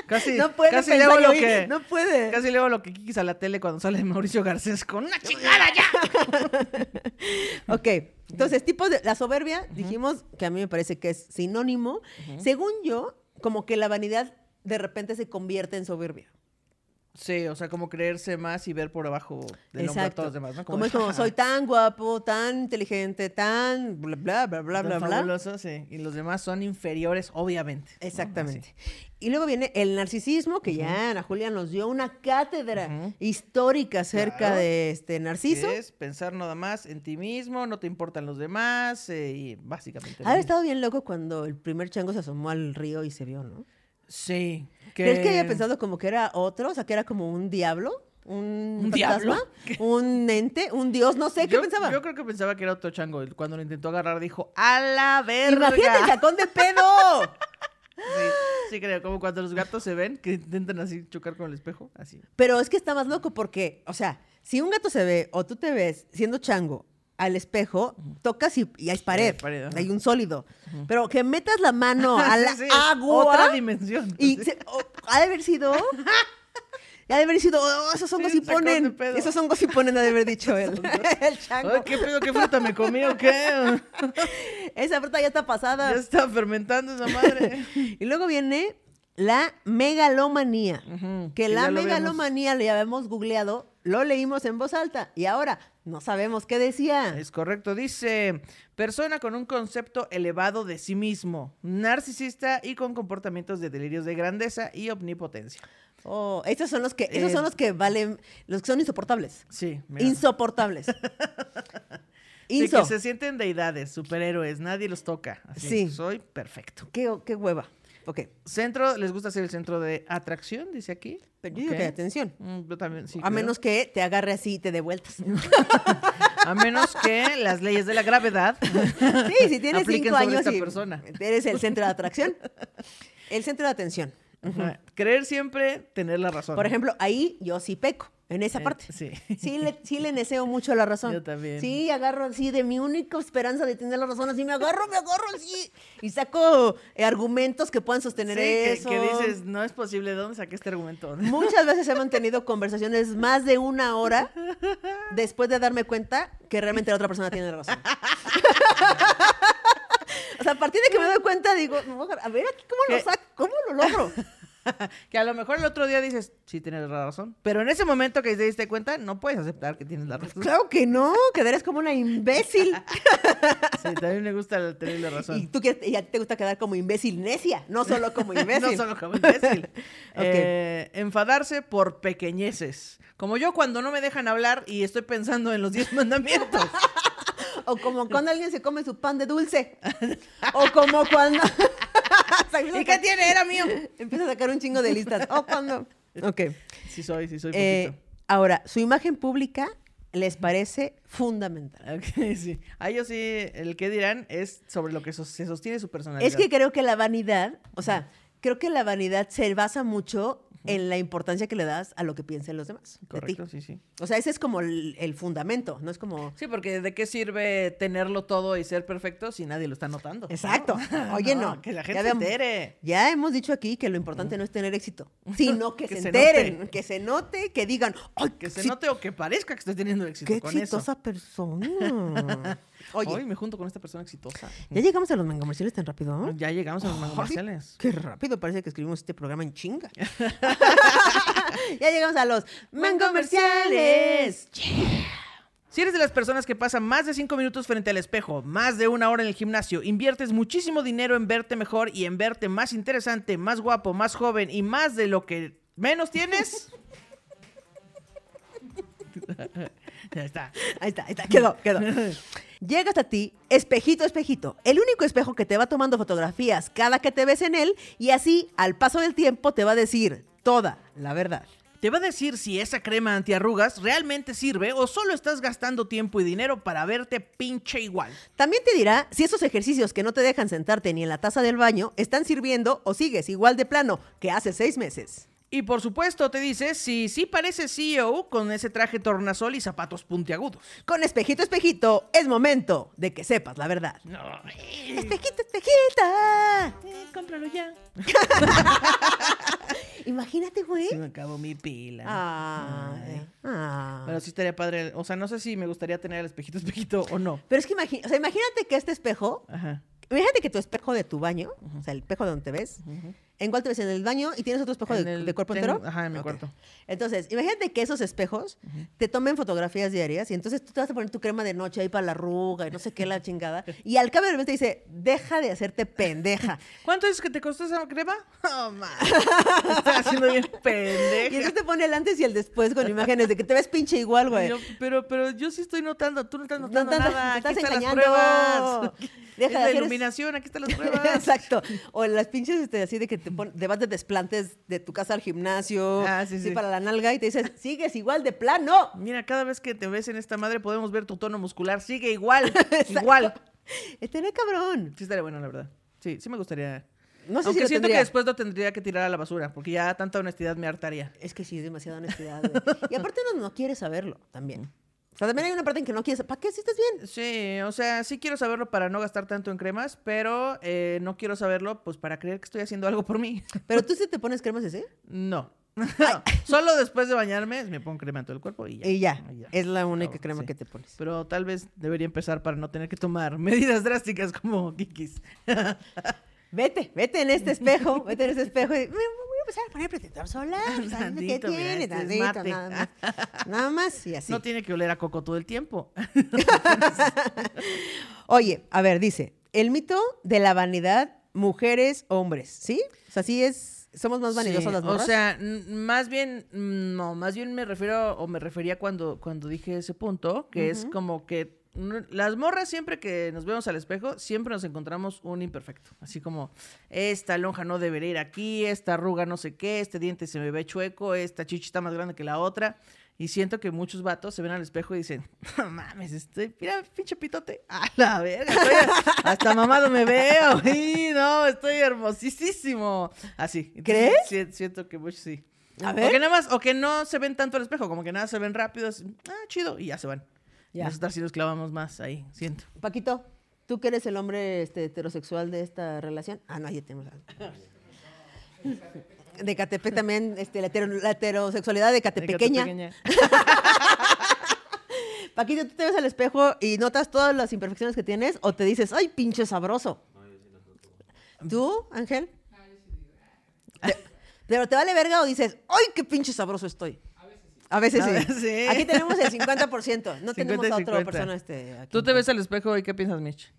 casi.
No puede
casi
pensar
leo lo
yo,
que.
no puede.
¿eh? Casi leo lo que Kikis a la tele cuando sale Mauricio Garcés con una chingada ya.
Ok, entonces, tipos de... La soberbia, dijimos que a mí me parece que es sinónimo. Según yo, como que la vanidad de repente se convierte en soberbia.
Sí, o sea, como creerse más y ver por abajo del hombro a todos los demás, ¿no?
Como, es como,
"Ja, ja,
soy tan guapo, tan inteligente, tan bla, bla, bla, bla,
tan
bla, bla.
fabuloso", sí, Y los demás son inferiores, obviamente. ¿no?
Exactamente. Y luego viene el narcisismo, que ya Ana Julia nos dio una cátedra histórica acerca
Claro.
de este
Así
narciso.
es pensar nada más en ti mismo, no te importan los demás, eh, y básicamente. lo
Ha
mismo.
estado bien loco cuando el primer chango se asomó al río y se vio, ¿no?
Sí.
¿Crees que haya pensado como que era otro? O sea, que era como un diablo, un,
¿Un
fantasma,
diablo? ¿Qué?
un ente, un dios, no sé, ¿qué
yo,
pensaba?
Yo creo que pensaba que era otro chango. y Cuando lo intentó agarrar, dijo: ¡A la verga!
Imagínate el sacón de pedo.
Sí, sí creo, como cuando los gatos se ven, que intentan así chocar con el espejo, así.
Pero es que está más loco porque, o sea, si un gato se ve o tú te ves siendo chango al espejo, tocas y, y hay pared,
hay pared, ajá.
hay un sólido. Pero que metas la mano a la
Sí, sí, es
agua
Otra dimensión.
y
Sí.
se- o- ha de haber sido... Ha de haber sido, "Oh, esos hongos
Sí,
y
sacón de
ponen.
pedo.
Esos hongos y ponen, ha de haber dicho él. el chango.
Ay, ¿Qué pedo? ¿Qué fruta me comí o qué?
Esa fruta ya está pasada.
Ya está fermentando esa madre.
Y luego viene la megalomanía.
Ujú,
Que
que
la
ya lo habíamos-
megalomanía le habíamos googleado, lo leímos en voz alta y ahora no sabemos qué decía.
Es correcto, dice, persona con un concepto elevado de sí mismo, narcisista y con comportamientos de delirios de grandeza y omnipotencia.
Oh, estos son los que, esos
Eh,
son los que valen, los que son insoportables.
Sí, mira.
Insoportables.
Sí,
Inso.
que se sienten deidades, superhéroes, nadie los toca. Así,
Sí.
Soy perfecto.
qué, qué hueva. Ok.
Centro, les gusta ser el centro de atracción, dice aquí.
Pero yo digo
Ok.
que atención.
Mm, Yo también, sí.
a
creo.
menos que te agarre así y te dé vueltas.
A menos que las leyes de la gravedad.
Sí, si tienes
Apliquen
cinco
sobre
años
esta
y
persona.
eres el centro de atracción. El centro de atención.
Ajá. Creer siempre tener la razón.
Por ejemplo, ahí yo sí peco, en esa
Eh,
parte.
sí.
Sí le, sí le deseo mucho la razón.
Yo también.
Sí, agarro así de mi única esperanza de tener la razón, así me agarro, me agarro así. Y saco eh, argumentos que puedan
Sí,
sostener
que,
eso.
que dices, no es posible, ¿de dónde saqué este argumento?
Muchas veces he mantenido conversaciones más de una hora después de darme cuenta que realmente la otra persona tiene la razón. o sea, a partir de que me doy cuenta, digo, "No, a ver, aquí ¿cómo lo
¿Qué?
saco? ¿Cómo lo logro?
Que a lo mejor el otro día dices, sí, tienes la razón. Pero en ese momento que te diste cuenta, no puedes aceptar que tienes la razón.
Claro que no, quedarás como una imbécil.
Sí, también me gusta el tener la razón.
Y tú quieres, y a ti te gusta quedar como imbécil necia, no solo como imbécil.
no solo como imbécil.
Ok.
Eh, enfadarse por pequeñeces. Como yo cuando no me dejan hablar y estoy pensando en los 10 mandamientos.
O como cuando alguien se come su pan de dulce. O como cuando.
¿Y qué tiene? Era mío.
Empieza a sacar un chingo de listas. O cuando. Ok.
Sí soy, sí soy
Eh,
poquito.
ahora, su imagen pública les parece fundamental.
Ok, sí. A ellos sí, el que dirán es sobre lo que sos- se sostiene su personalidad.
Es que creo que la vanidad, o sea, creo que la vanidad se basa mucho en la importancia que le das a lo que piensan los demás. de ti.
Correcto, sí, sí.
O sea, ese es como el, el fundamento, no es como...
Sí, porque ¿de qué sirve tenerlo todo y ser perfecto si nadie lo está notando?
Exacto. Oye, no.
Que la
Ya
gente se
veamos.
entere.
Ya hemos dicho aquí que lo importante no es tener éxito, sino que,
Que
se,
se
enteren,
note.
que se note, que digan, ¡ay,
Que se
sí,
note o que parezca que estoy teniendo éxito
qué
con eso.
exitosa persona! Oye,
Hoy me junto con esta persona exitosa.
ya llegamos a los mangomerciales tan rápido, ¿no?
Ya llegamos a los
Ay,
comerciales.
Qué rápido, parece que escribimos este programa en chinga. ya llegamos a los mangomerciales.
Si eres de las personas que pasan más de 5 minutos frente al espejo, más de una hora en el gimnasio, inviertes muchísimo dinero en verte mejor y en verte más interesante, más guapo, más joven y más de lo que menos tienes. ya está.
Ahí está, ahí está, quedó, quedó. Llega hasta ti, espejito, espejito, el único espejo que te va tomando fotografías cada que te ves en él y así, al paso del tiempo, te va a decir toda la verdad.
Te va a decir si esa crema antiarrugas realmente sirve o solo estás gastando tiempo y dinero para verte pinche igual.
También te dirá si esos ejercicios que no te dejan sentarte ni en la taza del baño están sirviendo o sigues igual de plano que hace seis meses.
Y por supuesto te dice si sí pareces CEO con ese traje tornasol y zapatos puntiagudos.
Con espejito, espejito, es momento de que sepas la verdad.
No.
Espejito, espejita.
cómpralo ya.
Imagínate, güey.
Se me acabó mi pila.
Ay,
Ay.
ay.
Pero sí estaría padre. O sea, no sé si me gustaría tener el espejito espejito o no.
Pero es que imagi- o sea, imagínate que este espejo,
Ajá.
imagínate que tu espejo de tu baño, o sea, el espejo donde te ves, ¿en cuál te ves? ¿En el baño? ¿Y tienes otro espejo
En
de,
el-
de cuerpo
tengo-
entero?
ajá, en mi
Ok.
cuarto.
Entonces, imagínate que esos espejos te tomen fotografías diarias y entonces tú te vas a poner tu crema de noche ahí para la arruga y no sé qué, la chingada. Y al cabo de repente dice, deja de hacerte pendeja.
¿Cuánto es que te costó esa crema? Oh, man. Estás haciendo bien
Y
pendeja.
entonces te pone el antes y el después con imágenes de que te ves pinche igual, güey.
Yo- pero, pero yo sí estoy notando, tú no estás
No
notando
tanto,
nada.
te
Aquí
estás
están las
engañando.
pruebas. Es
Deja de
la
hacer es-
iluminación, aquí están las pruebas.
Exacto. O las pinches este, así de que te, pon- te vas de desplantes de tu casa al gimnasio,
Ah, sí,
así
sí.
para la nalga y te dices, sigues igual de plano.
Mira, cada vez que te ves en esta madre podemos ver tu tono muscular. Sigue igual, igual.
Este no cabrón.
Sí estaría bueno, la verdad. Sí, sí me gustaría.
No sé
Aunque
si lo
siento
tendría.
que después lo tendría que tirar a la basura, porque ya tanta honestidad me hartaría.
Es que sí, es demasiada honestidad. güey. Y aparte no, no quieres saberlo también. O sea, también hay una parte en que no quieres... ¿Para qué si estás bien?
Sí, o sea, sí quiero saberlo para no gastar tanto en cremas, pero eh, no quiero saberlo pues para creer que estoy haciendo algo por mí.
Pero tú sí te pones cremas así.
No. Solo después de bañarme me pongo crema en todo el cuerpo y ya.
Y ya.
Y ya.
Es la única
Ahora,
crema
sí.
que te pones.
Pero tal vez debería empezar para no tener que tomar medidas drásticas como Kikis.
Vete, vete en este espejo, vete en este espejo. y, "Me voy a empezar a poner protector solar. o sea, ¿Qué
Tantito, mira,
tiene?
este es
Tantito,
mate.
nada más. Nada más y así.
No tiene que oler a coco todo el tiempo.
Oye, a ver, dice, el mito de la vanidad, mujeres, hombres, ¿sí? O sea, sí es, somos más vanidosas
Sí,
las morras.
O sea, n- más bien, mm, no, más bien me refiero o me refería cuando, cuando dije ese punto, que es como que mm, las morras siempre que nos vemos al espejo, siempre nos encontramos un imperfecto. Así como, esta lonja no debería ir aquí, esta arruga no sé qué, este diente se me ve chueco, esta chichi está más grande que la otra. Y siento que muchos vatos se ven al espejo y dicen, no mames, estoy, mira, pinche pitote, a la verga, estoy hasta mamado me veo, y no, estoy hermosísimo. Así. Entonces,
¿Crees?
si- siento que muchos sí.
A
O que
ver.
nada más, o que no se ven tanto al espejo, como que nada se ven rápido, así, ah, chido, y ya se van.
Ya.
Nosotras sí nos clavamos más ahí, siento.
Paquito, tú que eres el hombre este, heterosexual de esta relación. Ah, no, ahí tenemos. a- De Catepec también, este, la, hetero- la heterosexualidad de Catepequeña.
Pequeña.
Paquito, ¿tú te ves al espejo y notas todas las imperfecciones que tienes o te dices, ay, pinche sabroso? ¿Tú, Ángel? Te- ¿Pero te vale verga o dices, ay, qué pinche sabroso estoy? A veces sí.
A veces sí.
Aquí tenemos el 50%. No tenemos
50 y
a otra
50.
persona. Este, aquí.
Tú te ves al espejo y ¿qué piensas, Mitch?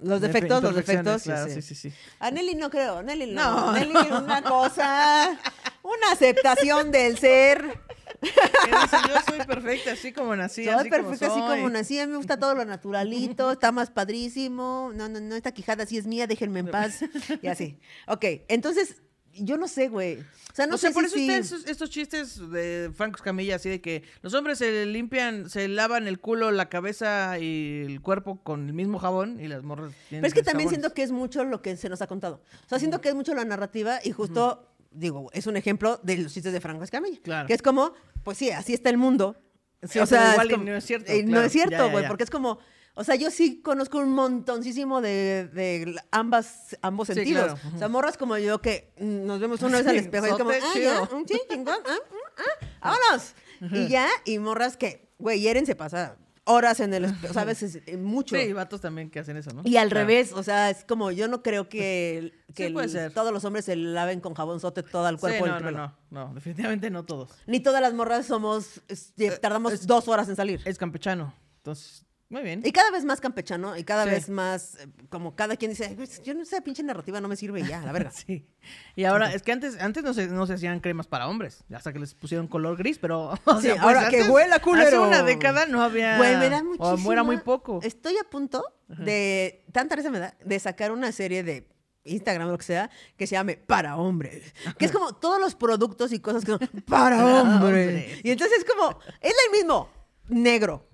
Los defectos, los
Imperfecciones,
defectos.
claro,
sí, sí.
sí, sí, sí.
A Nelly no creo, Nelly
No,
no. Nelly una cosa, una aceptación del ser.
Que dice, yo soy perfecta, así como nací,
Soy
así
perfecta
como
así
soy.
como nací, a mí me gusta todo lo naturalito, está más padrísimo. No, no, no, esta quijada sí es mía, déjenme en paz. Y así. Ok, entonces, Yo no sé, güey. O sea, no
o sea,
sé
por
si
eso
sí.
están esos- estos chistes de Franco Escamilla, así de que los hombres se limpian, se lavan el culo, la cabeza y el cuerpo con el mismo jabón y las morras tienen
Pero es que
tres
también
jabones.
siento que es mucho lo que se nos ha contado. O sea, siento que es mucho la narrativa y justo, digo, es un ejemplo de los chistes de Franco Escamilla.
Claro.
Que es como, pues sí, así está el mundo.
Sí, o sea, igual y
como-
no es cierto,
eh, No
claro.
es
Ya, ya,
cierto, güey,
ya.
porque es como, o sea, yo sí conozco un montoncísimo de, de ambas, ambos
Sí,
sentidos.
claro. Ujú.
O sea, morras como yo que mm, nos vemos una vez al
Sí,
espejo y es como,
sote
ah, ya,
chido.
mm, sí, chingón, ah, mm, ah, vámonos. Y ya, y morras que, güey, Eren se pasa horas en el espejo, o sea, a veces eh, mucho.
Sí, y vatos también que hacen eso, ¿no?
Y al
Claro.
revés, o sea, es como yo no creo que, que
puede
el-
ser.
todos los hombres se laven con jabón sote todo el
Sí,
cuerpo.
no,
el
no,
pelo.
no, no, definitivamente no todos.
Ni todas las morras somos, es- tardamos
Eh, es-
dos horas en salir.
Es campechano, entonces, muy bien.
y cada vez más campechano, y cada
Sí.
vez más, eh, como cada quien dice, "Ay, pues, yo no sé, pinche narrativa no me sirve y ya, la verga.
Sí. Y ahora, es que antes, antes no se, no se hacían cremas para hombres, hasta que les pusieron color gris, pero. o
Sí,
sea, pues,
ahora que
antes-
huela culero.
Hace una década no había.
Güey, me
O
da
era muy
muchísima-
poco.
Estoy a punto de, tanta risa me da, de sacar una serie de Instagram o lo que sea, que se llame Para Hombres. Que es como todos los productos y cosas que son Para Hombres.
hombres.
Y entonces es como, es el mismo, negro.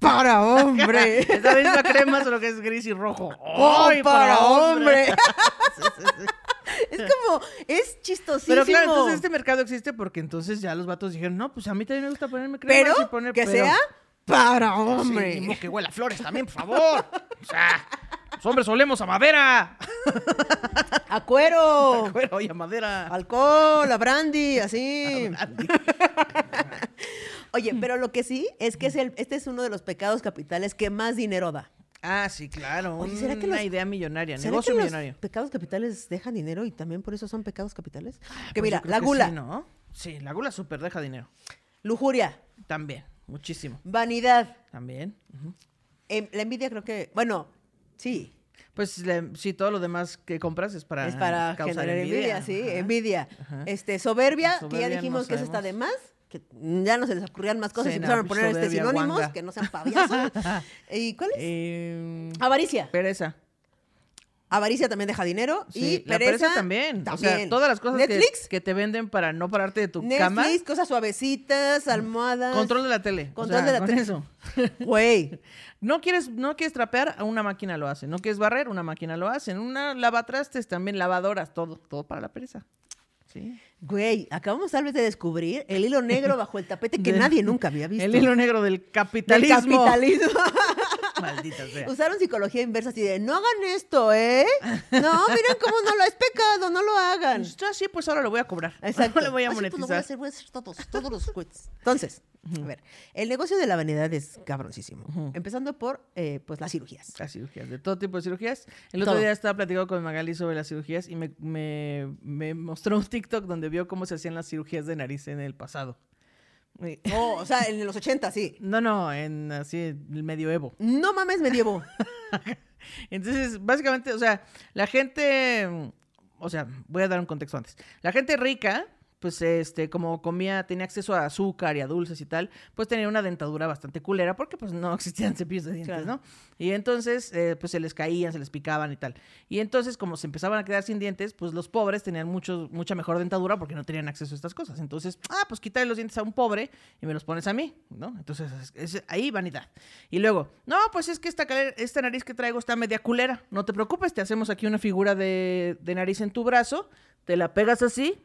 Para hombre.
Es la misma crema, solo que es gris y rojo.
¡Oh,
¡Ay,
para, hombre!
Sí, sí, sí.
es como, es chistosísimo.
Pero claro, entonces este mercado existe porque entonces ya los vatos dijeron, no, pues a mí también me gusta ponerme crema.
Pero
y poner,
que
pero-
sea para
Sí,
hombre.
ni modo que huela a flores también, por favor. O sea, los hombres olemos a madera.
A cuero.
A cuero y a madera.
Alcohol, a brandy, así.
Brandy.
Oye, pero lo que sí es que es el, este es uno de los pecados capitales que más dinero da.
Ah, sí, claro.
Oye, ¿será que
una
los-
idea millonaria,
¿Será
negocio
que
millonario.
los pecados capitales dejan dinero y también por eso son pecados capitales? que
Pues
mira,
yo creo
la
que
gula,
Sí, ¿no? sí, la gula super deja dinero.
lujuria,
También, muchísimo.
vanidad,
También. Ujú.
em, la envidia creo que, bueno, sí,
Pues le- sí, todo lo demás que compras es para,
es para
causar
generar envidia, sí,
Ajá.
envidia.
Ajá.
Este, soberbia,
La
que
soberbia
ya
no
dijimos que eso está de
sabemos.
más. Que ya no se les ocurrían más cosas
Sí,
y
no,
empezaron a
pinche
poner este
soberbia,
sinónimos
guanga.
que no sean payasos. ¿Y cuál es?
Eh,
Avaricia.
pereza.
Avaricia también deja dinero.
Sí,
y
la
pereza,
pereza también. O sea, todas las cosas que-
Netflix,
Que, te venden para no pararte de tu
Netflix,
cama. Mm.
cosas suavecitas, almohadas.
Control de la tele. O
Control
sea,
de la
con
tele.
eso.
Güey.
No quieres, no quieres trapear, una máquina lo hace. No quieres barrer, una máquina lo hace. Una lavatrastes también, lavadoras, todo, todo para la pereza. Sí.
Güey, acabamos tal vez de descubrir el hilo negro bajo el tapete que nadie nunca había visto.
El hilo negro del
Del
capitalismo.
capitalismo. Pues,
Maldita sea.
Usaron psicología inversa así de, no hagan esto, ¿eh? No, miren cómo no lo es pecado, no lo hagan.
Yo así, pues ahora lo voy a cobrar.
Exacto.
No le voy a
Así, pues, lo voy a
monetizar.
hacer, voy a hacer todos, todos los quits. Entonces, a ver, el negocio de la vanidad es cabroncísimo. Empezando por, eh, pues, las cirugías.
Las cirugías, de todo tipo de cirugías. El otro
Todo.
día estaba platicando con Magali sobre las cirugías y me, me- me mostró un TikTok donde vio cómo se hacían las cirugías de nariz en el pasado. Y-
Oh, o sea, en los 80, sí.
No, no, en así, el medioevo.
No mames, medievo.
Entonces, básicamente, o sea, la gente, mm, o sea, voy a dar un contexto antes. La gente rica, pues, este, como comía, tenía acceso a azúcar y a dulces y tal, pues tenía una dentadura bastante culera porque, pues, no existían cepillos de dientes, ¿no?
Claro.
Y entonces, eh, pues, se les caían, se les picaban y tal. Y entonces, como se empezaban a quedar sin dientes, pues, los pobres tenían mucho, mucha mejor dentadura porque no tenían acceso a estas cosas. Entonces, ah, pues, quítale los dientes a un pobre y me los pones a mí, ¿no? Entonces, es- es- ahí vanidad. Y luego, no, pues es que esta, cal- esta nariz que traigo está media culera. No te preocupes, te hacemos aquí una figura de, de nariz en tu brazo, te la pegas así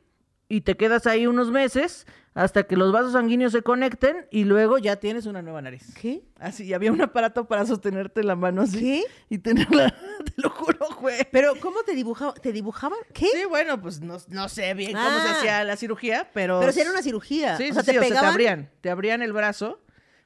y te quedas ahí unos meses hasta que los vasos sanguíneos se conecten y luego ya tienes una nueva nariz.
¿Qué?
Así, y había un aparato para sostenerte la mano así
¿Qué?
y tenerla, te lo juro, güey.
Pero, ¿cómo te dibujaban? ¿Te dibujaban? ¿Qué?
Sí, bueno, pues no, no sé bien cómo se
Ah.
hacía la cirugía, pero...
Pero si era una cirugía.
Sí,
o sea,
sí,
te
sí, o sea,
pegaban.
abrían, te abrían el brazo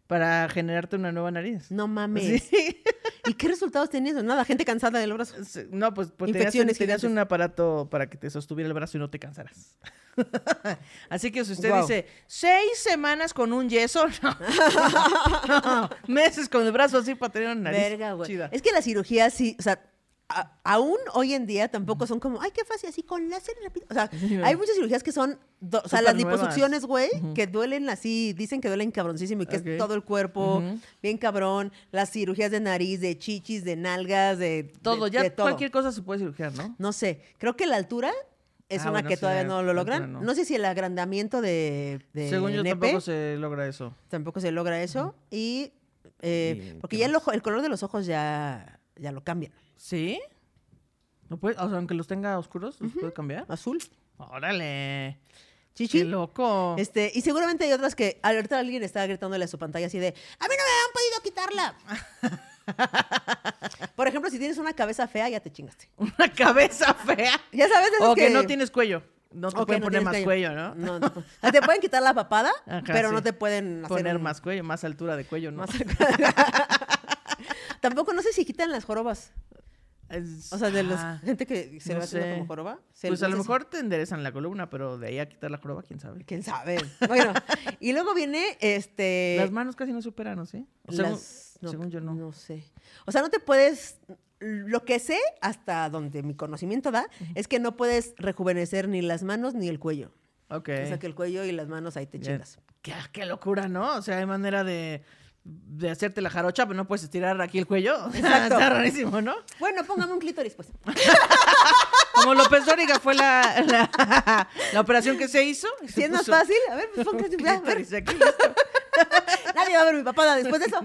para generarte una nueva nariz.
No mames.
Sí.
¿Y qué resultados tenías? Nada, gente cansada del brazo.
Sí, No, pues, pues tenías,
Infecciones
tenías
gigantes.
un aparato para que te sostuviera el brazo y no te cansaras. Así que si usted
Guau.
dice, seis semanas con un yeso, no. No, meses con el brazo así para tener una nariz
Verga, güey.
chida.
Es que las cirugías sí, o sea, a- aún hoy en día tampoco son como, ay, qué fácil, así con láser y rápido. O sea,
Sí, ¿no?
hay muchas cirugías que son, do- o sea,
Súper
las
nuevas.
liposucciones, güey, que duelen así, dicen que duelen cabroncísimo y que
Ok.
es todo el cuerpo, bien cabrón. Las cirugías de nariz, de chichis, de nalgas, de
Todo,
de-
ya
de todo.
cualquier cosa se puede cirugiar, ¿no?
No sé, creo que la altura es
Ah,
una
bueno,
que
sí,
todavía no lo
otra
logran.
no.
No. sé si el agrandamiento de, de
Según yo
nepe,
tampoco se logra eso.
tampoco se logra eso. Y, eh,
Y,
porque
¿qué
ya el, ojo- el color de los ojos ya, ya lo cambian.
¿Sí? ¿No puede? O sea, aunque los tenga oscuros, ¿los puede cambiar?
Azul.
¡Órale!
Chichi.
¡Qué loco!
Este, y seguramente hay otras que ahorita alguien está gritándole a su pantalla así de, a mí no me han podido quitarla. Por ejemplo, si tienes una cabeza fea, ya te chingaste.
Una cabeza fea.
Ya sabes de esas
O que... no tienes cuello. No te
o que
pueden
no
poner
tienes Mm,
más cuello, ¿no?
No, no te pu- o sea, te pueden quitar la papada,
Ajá,
pero
sí.
no te pueden hacer
Poner
un-
más cuello, más altura de cuello, ¿no?
más- Tampoco no sé si quitan las jorobas.
Es-
O sea, de la
Ah,
gente que se
no
va haciendo
sé.
como joroba. se-
Pues a
no
lo
sé si-
mejor te enderezan la columna, pero de ahí a quitar la joroba, quién sabe.
¿Quién sabe? Bueno, y luego viene este.
las manos casi no superan, ¿no? ¿Sí? O según,
Las- no,
según yo no.
No sé. O sea, no te puedes. Lo que sé, hasta donde mi conocimiento da, es que no puedes rejuvenecer ni las manos ni el cuello.
Ok.
O sea, que el cuello y las manos ahí te
Ya.
chingas.
¿Qué, ah, qué locura, ¿no? O sea, hay manera de, de hacerte la jarocha, pero no puedes estirar aquí el cuello.
Exacto.
Está rarísimo, ¿no?
Bueno, póngame un clítoris, pues.
Como López Dóriga fue la, la, la operación que se hizo. y se
Si es más
puso
fácil, a ver, pues póngase.
un
ya, a ver.
clítoris aquí, listo.
Nadie va a ver mi papada después de eso.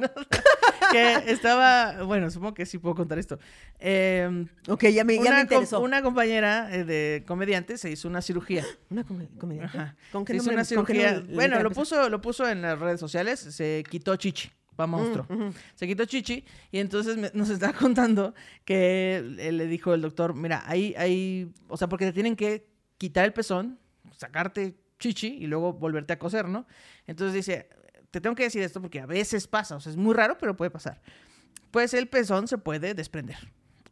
que estaba, bueno, supongo que sí puedo contar esto. Eh,
Ok, ya me, ya me
una, com-
interesó.
una compañera eh, de comediante se hizo una cirugía.
Una come- comediante.
Ajá.
¿Con qué
Se hizo
nombre-
una
con qué
cirugía.
nombre le
bueno,
queda
lo
empezar?
puso, lo puso en las redes sociales, se quitó chichi. Va
Mm,
monstruo. Se quitó chichi y entonces me- nos está contando que eh, le dijo el doctor, mira, ahí, ahí, o sea, porque te tienen que quitar el pezón, sacarte chichi y luego volverte a coser, ¿no? Entonces dice, te tengo que decir esto porque a veces pasa, o sea, es muy raro, pero puede pasar. Pues el pezón se puede desprender.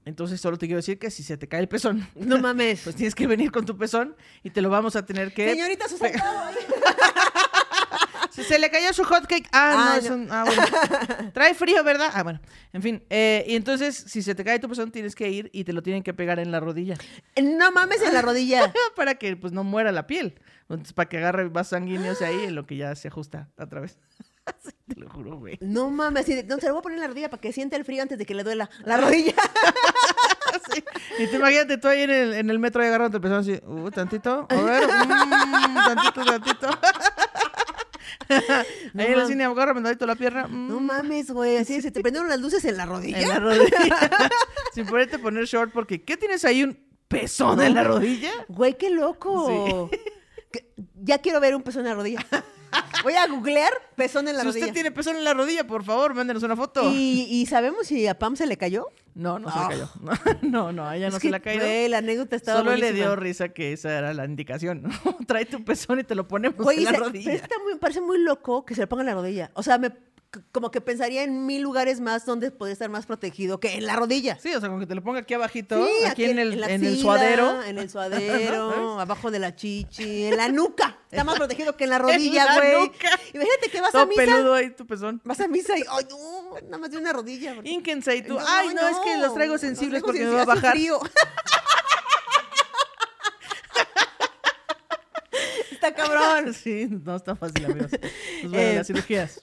Entonces solo te quiero decir que si se te cae el pezón,
No mames.
pues tienes que venir con tu pezón y te lo vamos a tener que...
Señorita Susana.
Se, se le cayó su hotcake. Ah, no,
Ah,
es
no.
un- ah, bueno. Trae frío, ¿verdad? Ah, bueno. En fin. eh, y entonces, si se te cae tu pezón, tienes que ir y te lo tienen que pegar en la rodilla.
No mames en la rodilla.
Para que pues no muera la piel. Entonces, para que agarre más sanguíneos ahí en lo que ya se ajusta a través. Sí, te lo juro, güey.
No mames, así de, no, se lo voy a poner en la rodilla para que sienta el frío antes de que le duela la rodilla.
Sí. Y te imagínate tú ahí en el, en el metro y agarrando el pezón así, uh, tantito, a ver, mm, tantito, tantito.
No
ahí en el
mames.
cine, agárrame tantito la pierna. mm.
No mames, güey. Así de, se te prendieron las luces en la rodilla.
En la rodilla. Sin ponerte a poner short, porque ¿qué tienes ahí? ¿Un pezón en la rodilla?
Güey, qué loco. Que- Ya quiero ver un pezón en la rodilla. Voy a googlear pezón en la
si
rodilla.
usted tiene pezón en la rodilla, por favor, mándenos una foto.
¿Y, y sabemos si a Pam se le cayó?
No, no se
Ah.
le cayó. No, no, a ella no
Es
se
que,
le ha caído.
Güey, la anécdota estaba
Solo le dio
buenísima.
risa que esa era la indicación. ¿no? Trae tu pezón y te lo ponemos
Güey,
en la
se-
rodilla.
pero está muy- parece muy loco que se le ponga en la rodilla. O sea, me, c- como que pensaría en mil lugares más donde podría estar más protegido que en la rodilla.
Sí, o sea, con que te lo ponga aquí abajito,
Sí,
aquí, en el,
la
en el
axila,
suadero.
En el suadero, abajo de la chichi, en la nuca. Está más protegido que en la rodilla,
la
güey.
nuca.
Imagínate que vas a
Todo
misa.
peludo ahí tu pezón.
Vas a misa y, ay, no, nada más de una rodilla. porque-
Ínquense y tú, ay, no, es que los traigo sensibles
traigo
porque me va a
sensibles,
bajar.
hace frío. Está cabrón.
Sí, no está fácil, amigos. Pues bueno,
Eh,
las cirugías.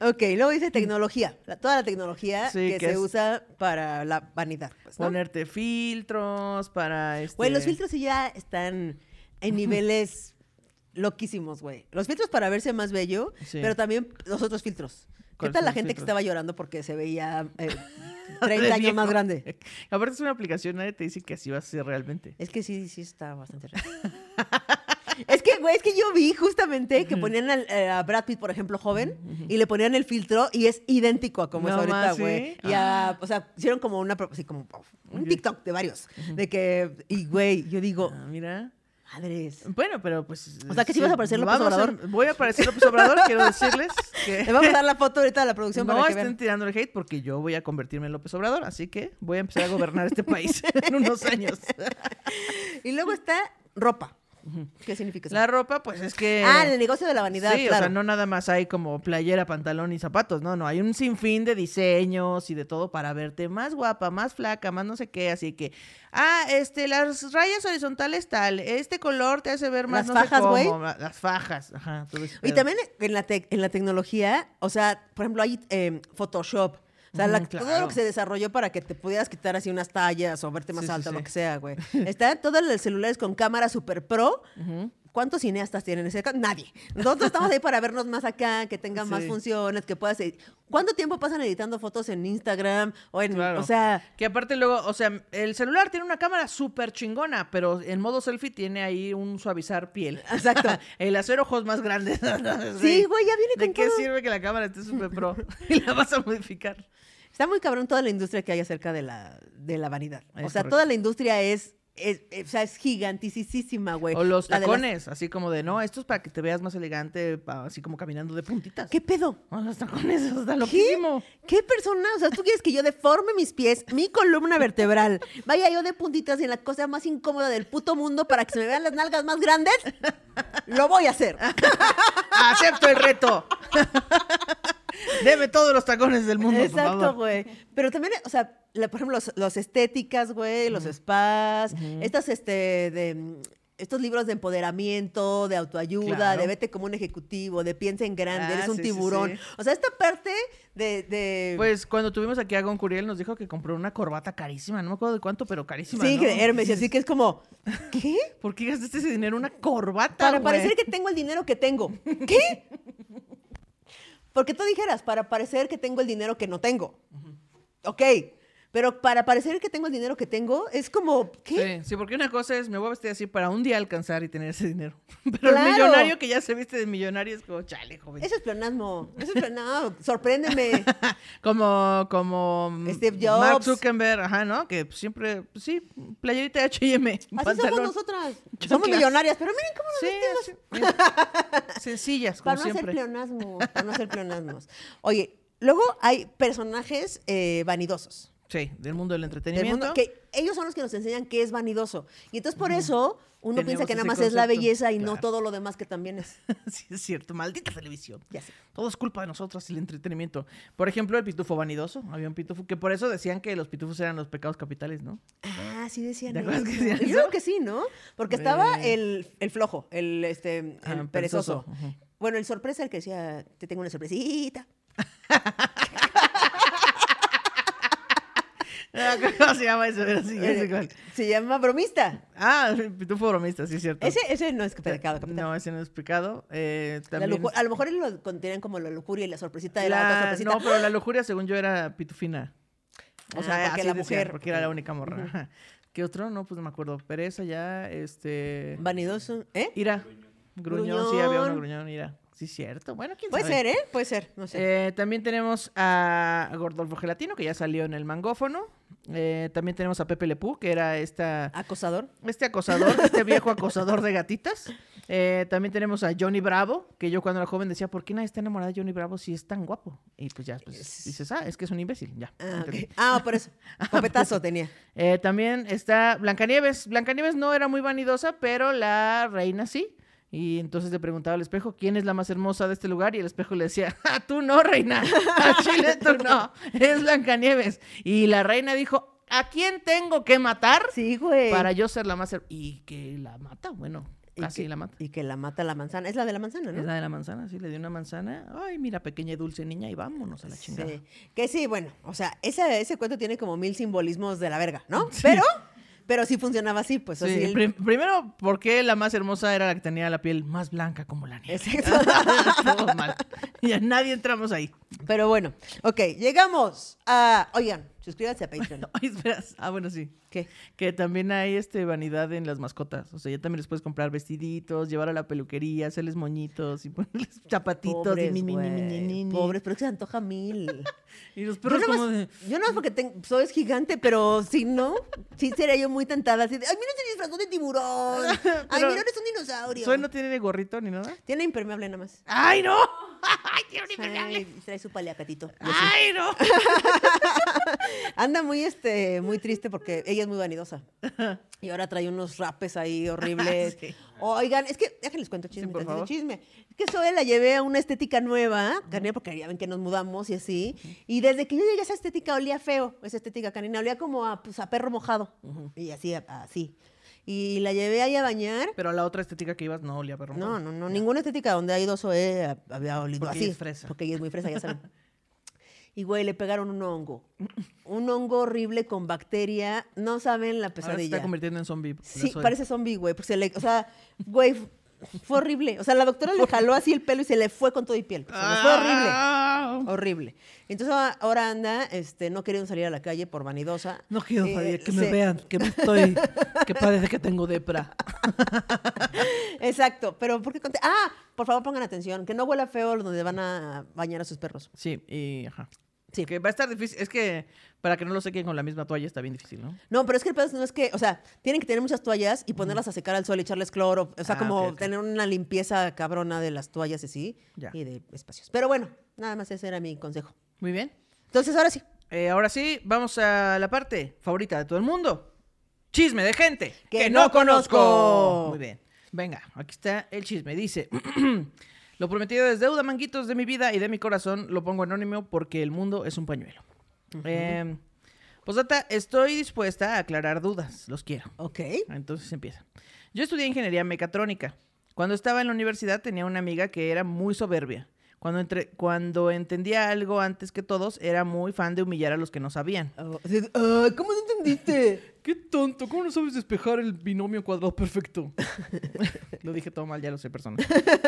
Ok, luego dice tecnología. La- toda la tecnología
Sí,
que,
que
se
es-
usa para la vanidad. pues, ¿no?
Ponerte filtros para este.
Güey, los filtros sí ya están en niveles loquísimos, güey. Los filtros para verse más bello,
Sí.
pero también los otros filtros. ¿Qué
¿Cuáles
tal
son
la
los
gente que
filtros?
estaba llorando porque se veía eh,
De
30 años más
viejo.
grande?
Aparte es una aplicación, nadie te dice que así vas a ser realmente.
Es que sí, sí está bastante raro. es que, güey, es que yo vi justamente que ponían al- eh, a Brad Pitt, por ejemplo, joven, y le ponían el filtro y es idéntico a como es
No
ahorita,
más, ¿sí? Ah.
güey. Y a- o sea, hicieron como una, pro- así como un TikTok de varios, de que, y güey, yo digo,
Ah, mira.
madres.
Bueno, pero pues.
Oh. O sea, que sí vas a parecer López
vamos a-
Obrador.
voy a parecer López Obrador, quiero decirles que.
Le vamos a dar la foto ahorita a la producción
No
para que
estén
vean.
tirando el hate porque yo voy a convertirme en López Obrador, así que voy a empezar a gobernar este país en unos años.
Y luego está ropa. ¿Qué significa eso?
La ropa, pues es que.
Ah, el negocio de la vanidad,
sí,
claro.
o sea, no nada más hay como playera, pantalón y zapatos, no, no, hay un sinfín de diseños y de todo para verte más guapa, más flaca, más no sé qué, así que, ah, este, las rayas horizontales tal, este color te hace ver más
Las
no
fajas,
sé
güey.
cómo, la- las fajas, ajá, todo ese
Y
pedo.
también en la, tec- en la tecnología, o sea, por ejemplo, hay eh, em, Photoshop, O sea, la-
Ujú,
todo lo
claro.
que se desarrolló para que te pudieras quitar así unas tallas o verte más
Sí, sí,
alta, lo
sí.
que sea, güey. Están todos los celulares con cámara super pro.
Ujú.
¿Cuántos cineastas tienen ese ca- Nadie. Nosotros estamos ahí para vernos más acá, que tengan más
Sí.
funciones, que puedas. ed- ¿Cuánto tiempo pasan editando fotos en Instagram? O en.
Claro.
O sea.
Que aparte luego, o sea, el celular tiene una cámara súper chingona, pero en modo selfie tiene ahí un suavizar piel.
Exacto.
el hacer ojos más grandes.
Sí, güey, ya viene con
¿De qué
todo.
sirve que la cámara esté súper pro? y la vas a modificar.
Está muy cabrón toda la industria que hay acerca de la, de la vanidad. o
Es
sea,
correcto.
toda la industria es, es, es- o sea, es giganticisísima, güey.
O los
La de las-
tacones, así como de, no, esto es para que te veas más elegante, pa- así como caminando de puntitas.
¿Qué pedo?
O los tacones, eso está loquísimo.
¿Qué persona? O sea, tú quieres que yo deforme mis pies, mi columna vertebral, vaya yo de puntitas en la cosa más incómoda del puto mundo para que se me vean las nalgas más grandes. Lo voy a hacer.
¡Acepto el reto! Deme todos los tacones del mundo, por
Exacto,
favor.
güey. Pero también, o sea, la- por ejemplo, los, los estéticas, güey, los spas, estas, este, de, mm, estos libros de empoderamiento, de autoayuda,
Claro.
de vete como un ejecutivo, de piensa en grande,
Ah,
eres un
sí, sí,
tiburón.
sí.
O sea, esta parte de... de-
Pues cuando tuvimos aquí a Goncuriel nos dijo que compró una corbata carísima, no me acuerdo de cuánto, pero carísima.
sí,
¿no?
de Hermes, y así que es como, ¿qué?
¿Por qué gastaste ese dinero en una corbata?
Para
güey?
parecer que tengo el dinero que tengo. ¿Qué? Porque tú dijeras, para parecer que tengo el dinero que no tengo. Ok, pero para parecer que tengo el dinero que tengo es como, ¿qué?
Sí, sí, porque una cosa es, me voy a vestir así para un día alcanzar y tener ese dinero. Pero
Claro.
el millonario que ya se viste de millonario es como, chale, joven.
Eso es pleonasmo. Eso es pleonasmo. Sorpréndeme.
Como, como
Steve
mm, Mark
Jobs.
Zuckerberg, ajá, ¿no? Que siempre, pues sí, playerita H&M,
Así somos
pantalón.
nosotras. Somos
Chanclas.
millonarias, pero miren cómo nos
Sí,
vestimos.
así, mira, sencillas, como
Para no hacer
siempre.
pleonasmo. Para no hacer pleonasmos. Oye, luego hay personajes eh, vanidosos.
sí, del mundo del
Del
entretenimiento.
mundo, que ellos son los que nos enseñan qué es vanidoso. Y entonces por eso uno
Tenemos
piensa que nada
ese
más es la
concepto.
belleza y no
Claro.
todo lo demás que también es.
sí, es cierto, maldita televisión.
Ya sé.
Todo es culpa de nosotros y el entretenimiento. Por ejemplo, el pitufo vanidoso. Había un pitufo que por eso decían que los pitufos eran los pecados capitales, ¿no?
Ah, sí decían.
¿Te acuerdas que
eso.
decían
Yo
eso?
creo que sí, ¿no? Porque estaba
Güey.
el, el flojo, el, este, el
Ah,
perezoso.
perezoso, ajá.
Bueno, el sorpresa, el que decía, te tengo una sorpresita.
Ah, ¿Cómo se llama eso? Era así,
Eh,
ya sé cuál.
Se llama bromista.
Ah, el pitufo bromista, sí es cierto.
Ese, ese no es pecado, capitán.
No, ese no es pecado. Eh,
La
también
luju-
es-
a lo mejor él lo contenían como la lujuria y la sorpresita de la, otra
La-
sorpresita.
no, pero la lujuria, según yo, era pitufina. O
Ah,
sea,
porque
así
la
decían,
mujer,
porque era la
porque-
única morra. Ajá. ¿Qué otro? No, pues no me acuerdo. Pereza ya, este...
Vanidoso, ¿eh?
Ira. Gruñón. sí, había uno
Gruñón.
gruñón, Ira. Sí, cierto. Bueno, quién
Puede
sabe.
ser, ¿eh? Puede ser, no sé.
Eh, también tenemos a Gordolfo Gelatino, que ya salió en el mangófono. Eh, también tenemos a Pepe Lepú, que era esta...
Acosador.
Este acosador, este viejo acosador de gatitas. Eh, también tenemos a Johnny Bravo, que yo cuando era joven decía, ¿por qué nadie está enamorada de Johnny Bravo si es tan guapo? Y pues ya, pues dices, ah, es que es un imbécil, ya.
Ah,
entendí.
ok. Ah, por eso. Copetazo tenía.
Eh, también está Blancanieves. Blancanieves no era muy vanidosa, pero la reina sí. Y entonces le preguntaba al espejo, ¿quién es la más hermosa de este lugar? Y el espejo le decía, "Ah, tú no, reina. A Chile tú no. Es Blancanieves. Y la reina dijo, ¿a quién tengo que matar?
Sí, güey.
Para yo ser la más... her- Y que la mata, bueno,
Y
casi
que-
la mata.
Y que la mata la manzana. Es la de la manzana,
Es
¿no?
la de la manzana, sí, le dio una manzana. Ay, mira, pequeña y dulce niña, y vámonos a la
Sí.
chingada.
Que sí, bueno, o sea, esa- ese cuento tiene como mil simbolismos de la verga, ¿no? Pero, pero sí funcionaba así, pues
Sí,
así. el-
prim- primero, porque la más hermosa era la que tenía la piel más blanca como la nieve.
Exacto.
Todo mal. Ya nadie entramos ahí.
Pero bueno, ok, llegamos a. Oigan, suscríbanse a Patreon.
Ay, esperas. Ah, bueno, sí.
¿Qué?
Que también hay este vanidad en las mascotas. O sea, ya también les puedes comprar vestiditos, llevar a la peluquería, hacerles moñitos y ponerles zapatitos. y
Pobres,
ni, ni, ni, ni,
güey,
ni, ni, ni.
Pobres, pero que se antoja mil.
Y los
Yo
perros
no
como
más,
de...
yo nomás porque ten- soy gigante, pero si no, sí sería yo muy tentada así de, ay, mira, se disfrazó de tiburón. Ay,
Pero-
mira, eres un dinosaurio.
Soy no tiene ni gorrito ni nada.
Tiene impermeable nada más.
¡Ay, no! ¡Ay, tiene un
Ay,
impermeable!
trae su paliacatito. Y así.
¡Ay, no!
Anda muy, este, muy triste porque ella es muy vanidosa. Y ahora trae unos rapes ahí horribles.
Sí.
Oigan, es que, déjenles cuento chisme,
Sí, por
tantito
favor.
chisme. Es que Zoe la llevé a una estética nueva, canina, porque ya ven que nos mudamos y así. Y desde que yo llegué a esa estética olía feo, esa estética canina, olía como a, pues, a perro mojado. Y así, a- así. Y la llevé ahí a bañar.
Pero la otra estética que ibas no olía perro.
No, no, no, ninguna estética donde ha ido Zoe había olido
Porque
así.
ella es fresa.
Porque ella es muy fresa, ya saben. Y, güey, le pegaron un hongo. Un hongo horrible con bacteria. No saben la
Ahora se está
pesadilla.
convirtiendo en zombie.
Sí, parece zombie, güey. porque se le- o sea, güey, f- fue horrible. O sea, la doctora le jaló así el pelo y se le fue con todo y piel. O sea, fue
Ah. horrible.
horrible. Horrible. Entonces a- ahora anda, este, no queriendo salir a la calle por vanidosa.
No quiero
Eh,
Fadia, que me
se-
vean, que me estoy, que parece que tengo depra.
Exacto, pero ¿por qué conté? Ah, por favor pongan atención, que no huela feo donde van a bañar a sus perros.
Sí, y ajá.
Sí.
Que va a estar difícil. Es que para que no lo sequen con la misma toalla está bien difícil, ¿no?
No, pero es que el pedo no es que, o sea, tienen que tener muchas toallas y ponerlas a secar al sol y echarles cloro. O sea,
Ah,
como
ok, ok.
tener una limpieza cabrona de las toallas y así
Ya.
y de espacios. Pero bueno, nada más ese era mi consejo.
Muy bien.
Entonces, ahora sí.
Eh, ahora sí, vamos a la parte favorita de todo el mundo. Chisme de gente
Que no conozco.
Muy bien. Venga, aquí está el chisme. Dice, lo prometido es deuda, manguitos de mi vida y de mi corazón. Lo pongo anónimo porque el mundo es un pañuelo. Eh, Posdata, estoy dispuesta a aclarar dudas. Los quiero.
Ok.
Entonces empieza. Yo estudié ingeniería mecatrónica. Cuando estaba en la universidad tenía una amiga que era muy soberbia. Cuando, entre- cuando entendía algo antes que todos, era muy fan de humillar a los que no sabían.
Oh, ah, ¿Cómo no entendiste?
¡Qué tonto! ¿Cómo no sabes despejar el binomio cuadrado perfecto? lo dije todo mal, ya lo sé, persona.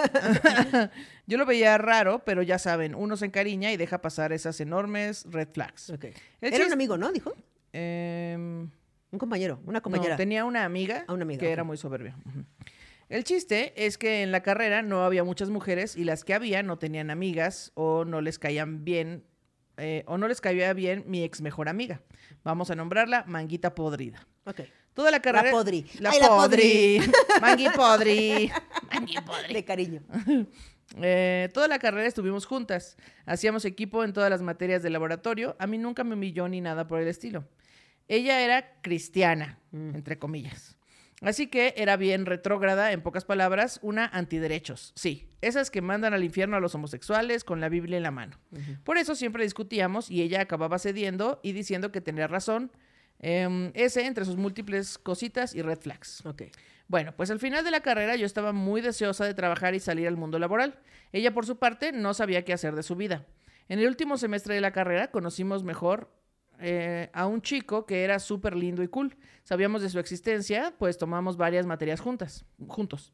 Yo lo veía raro, pero ya saben, uno se encariña y deja pasar esas enormes red flags. El
Era
chis-
un amigo, ¿no? Dijo.
Em,
Un compañero, una
No,
compañera.
tenía una amiga,
Ah, una amiga,
que
ok.
era muy soberbia. Ujú. El chiste es que en la carrera no había muchas mujeres y las que había no tenían amigas o no les caían bien eh, o no les caía bien mi ex mejor amiga. Vamos a nombrarla Manguita Podrida.
Ok.
Toda la carrera.
Podri.
La
Ay, la
Podri. Mangui Podri. Mangui Podri.
De cariño.
Eh, toda la carrera estuvimos juntas. Hacíamos equipo en todas las materias del laboratorio. A mí nunca me humilló ni nada por el estilo. Ella era cristiana, entre comillas. Así que era bien retrógrada, en pocas palabras, una antiderechos. Sí, esas que mandan al infierno a los homosexuales con la Biblia en la mano. Por eso siempre discutíamos y ella acababa cediendo y diciendo que tenía razón. Em, ese entre sus múltiples cositas y red flags.
Ok.
Bueno, pues al final de la carrera yo estaba muy deseosa de trabajar y salir al mundo laboral. Ella, por su parte, no sabía qué hacer de su vida. En el último semestre de la carrera conocimos mejor eh, a un chico que era súper lindo y cool. Sabíamos de su existencia, pues tomamos varias materias juntas, juntos.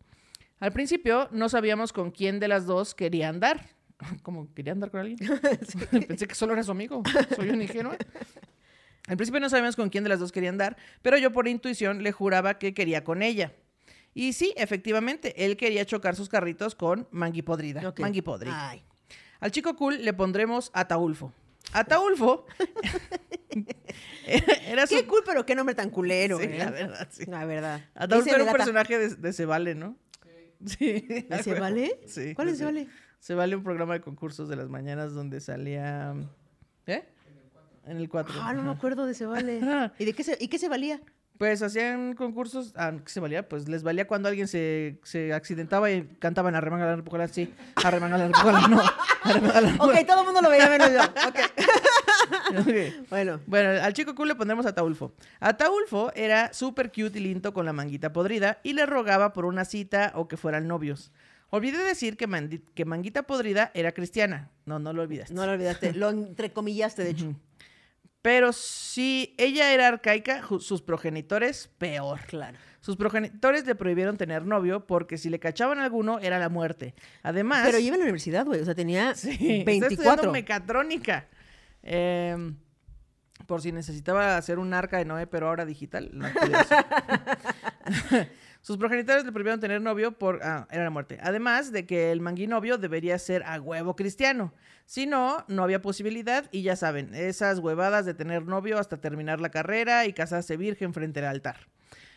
Al principio no sabíamos con quién de las dos quería andar. ¿Cómo? ¿Quería andar con alguien? Pensé que solo era su amigo. Soy un ingenua. Al principio no sabíamos con quién de las dos quería andar, pero yo por intuición le juraba que quería con ella. Y sí, efectivamente, él quería chocar sus carritos con Mangui Podrida.
ok.
Mangui Ah, Podri.
Ay.
Al chico cool le pondremos Ataulfo. Ataulfo era su...
Qué cool, pero qué nombre tan culero,
Sí,
¿eh?
la verdad, sí.
La verdad.
Ataulfo
Dice
era un
Renata,
personaje de, de Se Vale, ¿no? Sí.
¿de se vale?
Sí.
¿Cuál
de
es se vale?
Se Vale un programa de concursos de las mañanas donde salía... ¿Eh? En el 4.
Ah, no me acuerdo de se vale.
Ajá.
¿Y de qué se, y qué se valía?
Pues hacían concursos, ah, ¿qué se valía? Pues les valía cuando alguien se, se accidentaba y cantaban a remanga la repujola, sí, a remanga la repujola, no, a remanga la
Ok, todo el mundo lo veía menos yo. Ok.
Ok.
Bueno.
Bueno, al chico cool le pondremos Ataulfo. Ataulfo era súper cute y lindo con la manguita podrida y le rogaba por una cita o que fueran novios. Olvidé decir que, Mandi- que Manguita Podrida era cristiana. No, no lo olvidaste.
No lo olvidaste. Lo entrecomillaste, de hecho.
Pero si ella era arcaica, ju- sus progenitores, peor.
Claro.
Sus progenitores le prohibieron tener novio porque si le cachaban alguno era la muerte. Además,
Pero iba a la universidad, güey. O sea, tenía
Ah, Sí, está estudiando
24.
mecatrónica. Em, por si necesitaba hacer un arca de Noé, pero ahora digital. no pude hacer. Sus progenitores le prohibieron tener novio por... Ah, era la muerte. Además de que el manguinovio debería ser a huevo cristiano. Si no, no había posibilidad. Y ya saben, esas huevadas de tener novio hasta terminar la carrera y casarse virgen frente al altar.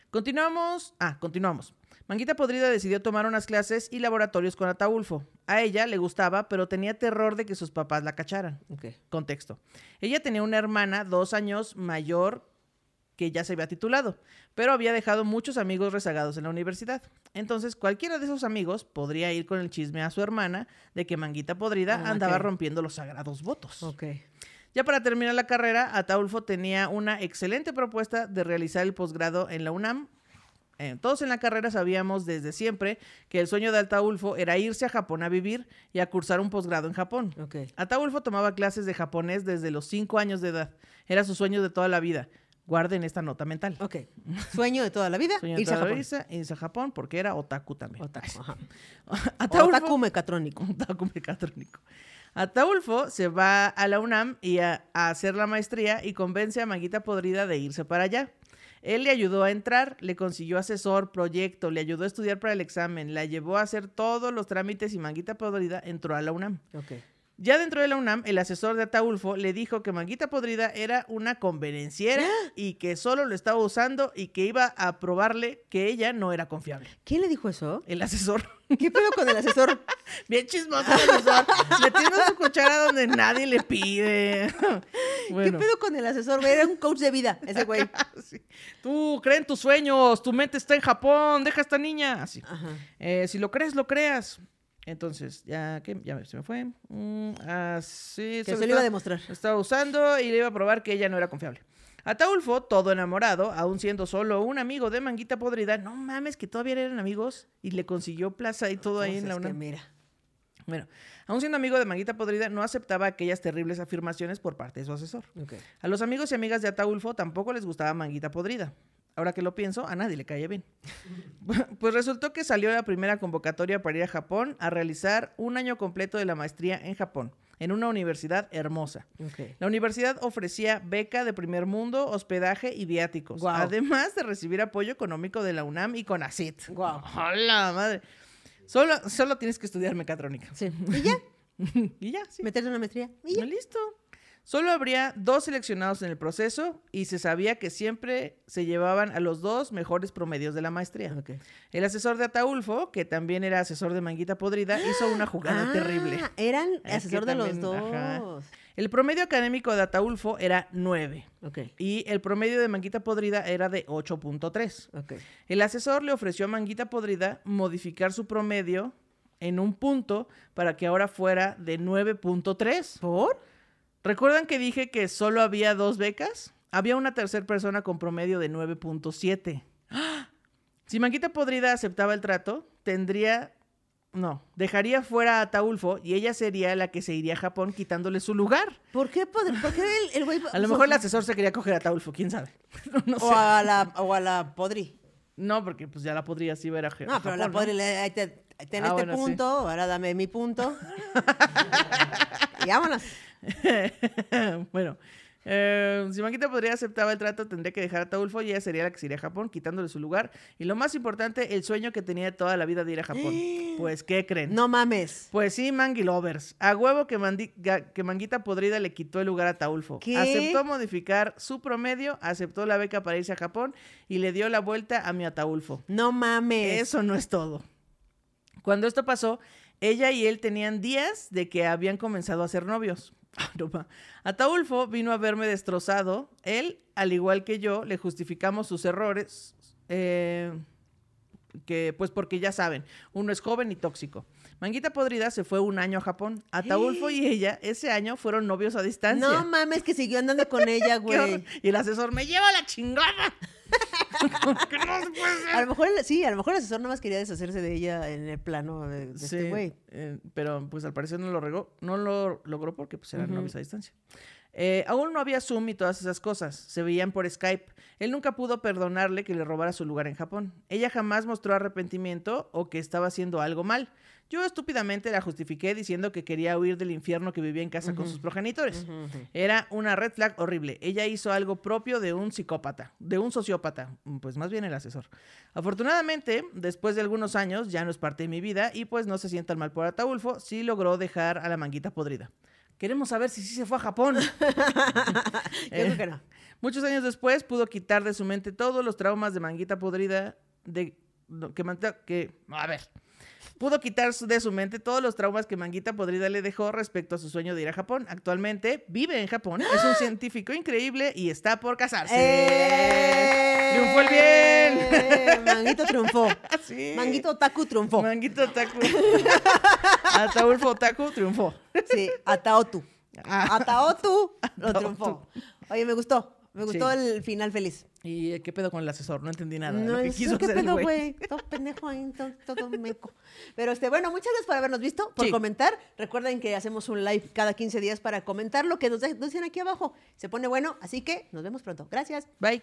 Continuamos. Ah, continuamos. Manguita Podrida decidió tomar unas clases y laboratorios con Ataulfo. A ella le gustaba, pero tenía terror de que sus papás la cacharan.
Ok.
Contexto. Ella tenía una hermana dos años mayor que ya se había titulado, pero había dejado muchos amigos rezagados en la universidad. Entonces, cualquiera de esos amigos podría ir con el chisme a su hermana de que Manguita Podrida
Ah,
andaba
ok.
rompiendo los sagrados votos.
Ok.
Ya para terminar la carrera, Ataulfo tenía una excelente propuesta de realizar el posgrado en la UNAM. eh, todos en la carrera sabíamos desde siempre que el sueño de Altaulfo era irse a Japón a vivir y a cursar un posgrado en Japón.
Ok.
Ataulfo tomaba clases de japonés desde los 5 años de edad. Era su sueño de toda la vida. Guarden esta nota mental.
Ok. Sueño de toda la vida,
Sueño de
irse a
toda la
Japón.
vida, irse a Japón porque era otaku también.
Otaku, ajá.
Ataulfo-
Otaku mecatrónico.
Otaku mecatrónico. Ataulfo se va a la UNAM y a, a hacer la maestría y convence a Maguita Podrida de irse para allá. Él le ayudó a entrar, le consiguió asesor, proyecto, le ayudó a estudiar para el examen, la llevó a hacer todos los trámites y Manguita Podrida entró a la UNAM.
Ok.
Ya dentro de la UNAM, el asesor de Ataulfo le dijo que Manguita Podrida era una convenenciera y que solo lo estaba usando y que iba a probarle que ella no era confiable.
¿Quién le dijo eso?
El asesor.
¿Qué pedo con el asesor?
Bien chismoso el asesor. Metiendo su cuchara donde nadie le pide. Bueno.
¿Qué pedo con el asesor? Era un coach de vida, ese güey.
Sí. Tú cree en tus sueños, tu mente está en Japón, deja a esta niña. Así.
Ajá.
Eh, si lo crees, lo creas. Entonces, ya que ya se me fue. Mm, así
Que
solo
se lo iba
estaba-
a demostrar.
lo estaba usando y le iba a probar que ella no era confiable. Ataulfo, todo enamorado, aún siendo solo un amigo de Manguita Podrida, no mames, que todavía eran amigos y le consiguió plaza y todo ahí
Pues
en la
es que
UNAM.
mira.
Bueno, aún siendo amigo de Manguita Podrida, no aceptaba aquellas terribles afirmaciones por parte de su asesor.
Ok.
A los amigos y amigas de Ataulfo tampoco les gustaba Manguita Podrida. Ahora que lo pienso, a nadie le caía bien. Pues resultó que salió la primera convocatoria para ir a Japón a realizar un año completo de la maestría en Japón, en una universidad hermosa.
Ok.
La universidad ofrecía beca de primer mundo, hospedaje y viáticos,
Guau.
además de recibir apoyo económico de la UNAM y CONACYT.
Guau.
¡Hola, madre! Solo, solo tienes que estudiar mecatrónica.
Sí. ¿Y ya?
y ya, sí.
¿Meterse en una maestría? ¿Y ya?
Listo. Solo habría dos seleccionados en el proceso y se sabía que siempre se llevaban a los dos mejores promedios de la maestría.
Ok.
El asesor de Ataulfo, que también era asesor de Manguita Podrida, hizo una jugada
Ah,
terrible.
Eran
que
asesor de los dos.
también, ajá. El promedio académico de Ataulfo era 9
Ok.
y el promedio de Manguita Podrida era de 8.3.
Ok.
El asesor le ofreció a Manguita Podrida modificar su promedio en un punto para que ahora fuera de 9.3.
¿Por?
¿Recuerdan que dije que solo había dos becas? Había una tercera persona con promedio de 9.7. ¡Ah! Si Manguita Podrida aceptaba el trato, tendría... No, dejaría fuera a Ataulfo y ella sería la que se iría a Japón quitándole su lugar.
¿Por qué, podr- ¿Por qué el- el güey?
A lo mejor el asesor se quería coger a Ataulfo, quién sabe. No,
O
sé.
a la, o a la podri.
No, porque pues ya la podría sí ver a Ja-
No, pero
Japón,
la
¿no?
podri, le, ahí te- ahí ten
Ah,
este
bueno, sí.
punto, ahora dame mi punto. y vámonos.
bueno, eh, si Manguita podría aceptar el trato, tendría que dejar a Taulfo y ella sería la que se iría a Japón, quitándole su lugar. Y lo más importante, el sueño que tenía toda la vida de ir a Japón. pues, ¿qué creen?
No mames.
Pues sí, Mangy Lovers. A huevo que, Mandi- ga- que Manguita Podrida le quitó el lugar a Taulfo.
¿Qué?
Aceptó modificar su promedio, aceptó la beca para irse a Japón y le dio la vuelta a mi Ataulfo.
No mames.
Eso no es todo. Cuando esto pasó, ella y él tenían días de que habían comenzado a ser novios. Ah, no ma. Ataulfo vino a verme destrozado. Él, al igual que yo, le justificamos sus errores. eh, que, pues porque ya saben, uno es joven y tóxico. Manguita Podrida se fue un año a Japón. Ataulfo y ella ese año fueron novios a distancia.
No mames que siguió andando con ella,
Qué horror.
güey.
Y el asesor me lleva la chingada. Que no se puede ser.
A lo mejor, el- sí, a lo mejor el asesor nada más quería deshacerse de ella en el plano de, de este
Sí,
güey.
eh, pero pues al parecer no lo, regó- no lo logró porque pues eran novios a distancia. Eh, aún no había Zoom y todas esas cosas. Se veían por Skype. Él nunca pudo perdonarle que le robara su lugar en Japón. Ella jamás mostró arrepentimiento o que estaba haciendo algo mal. Yo estúpidamente la justifiqué diciendo que quería huir del infierno que vivía en casa con sus progenitores. Era una red flag horrible. Ella hizo algo propio de un psicópata, de un sociópata, mm, pues más bien el asesor. Afortunadamente, después de algunos años, ya no es parte de mi vida y pues no se sientan mal por Ataulfo, sí logró dejar a la manguita podrida. Queremos saber si sí se fue a Japón.
Yo
Eh,
creo que no.
Muchos años después pudo quitar de su mente todos los traumas de manguita podrida de no, que manta- que a ver. Pudo quitar su- de su mente todos los traumas que Manguita Podrida le dejó respecto a su sueño de ir a Japón. Actualmente vive en Japón, es un científico increíble y está por casarse.
¡Eh!
¡Triunfó el bien! Eh.
Manguito triunfó.
Sí.
Manguito Otaku triunfó.
Manguito Otaku. Ataulfo Otaku triunfó.
Sí, Ataotu.
Ah.
Ataotu lo
Ataotu.
triunfó. Oye, me gustó. Me gustó
Sí.
el final feliz.
¿Y eh, qué pedo con el asesor? No entendí nada. de
No,
lo que
es-
quiso
¿qué
hacer el
pedo,
güey.
güey? Todo pendejo ahí, todo, todo meco. Pero este, bueno, muchas gracias por habernos visto, por
Sí.
comentar. Recuerden que hacemos un live cada 15 días para comentar lo que nos de- nos dicen aquí abajo. Se pone bueno, así que nos vemos pronto. Gracias.
Bye.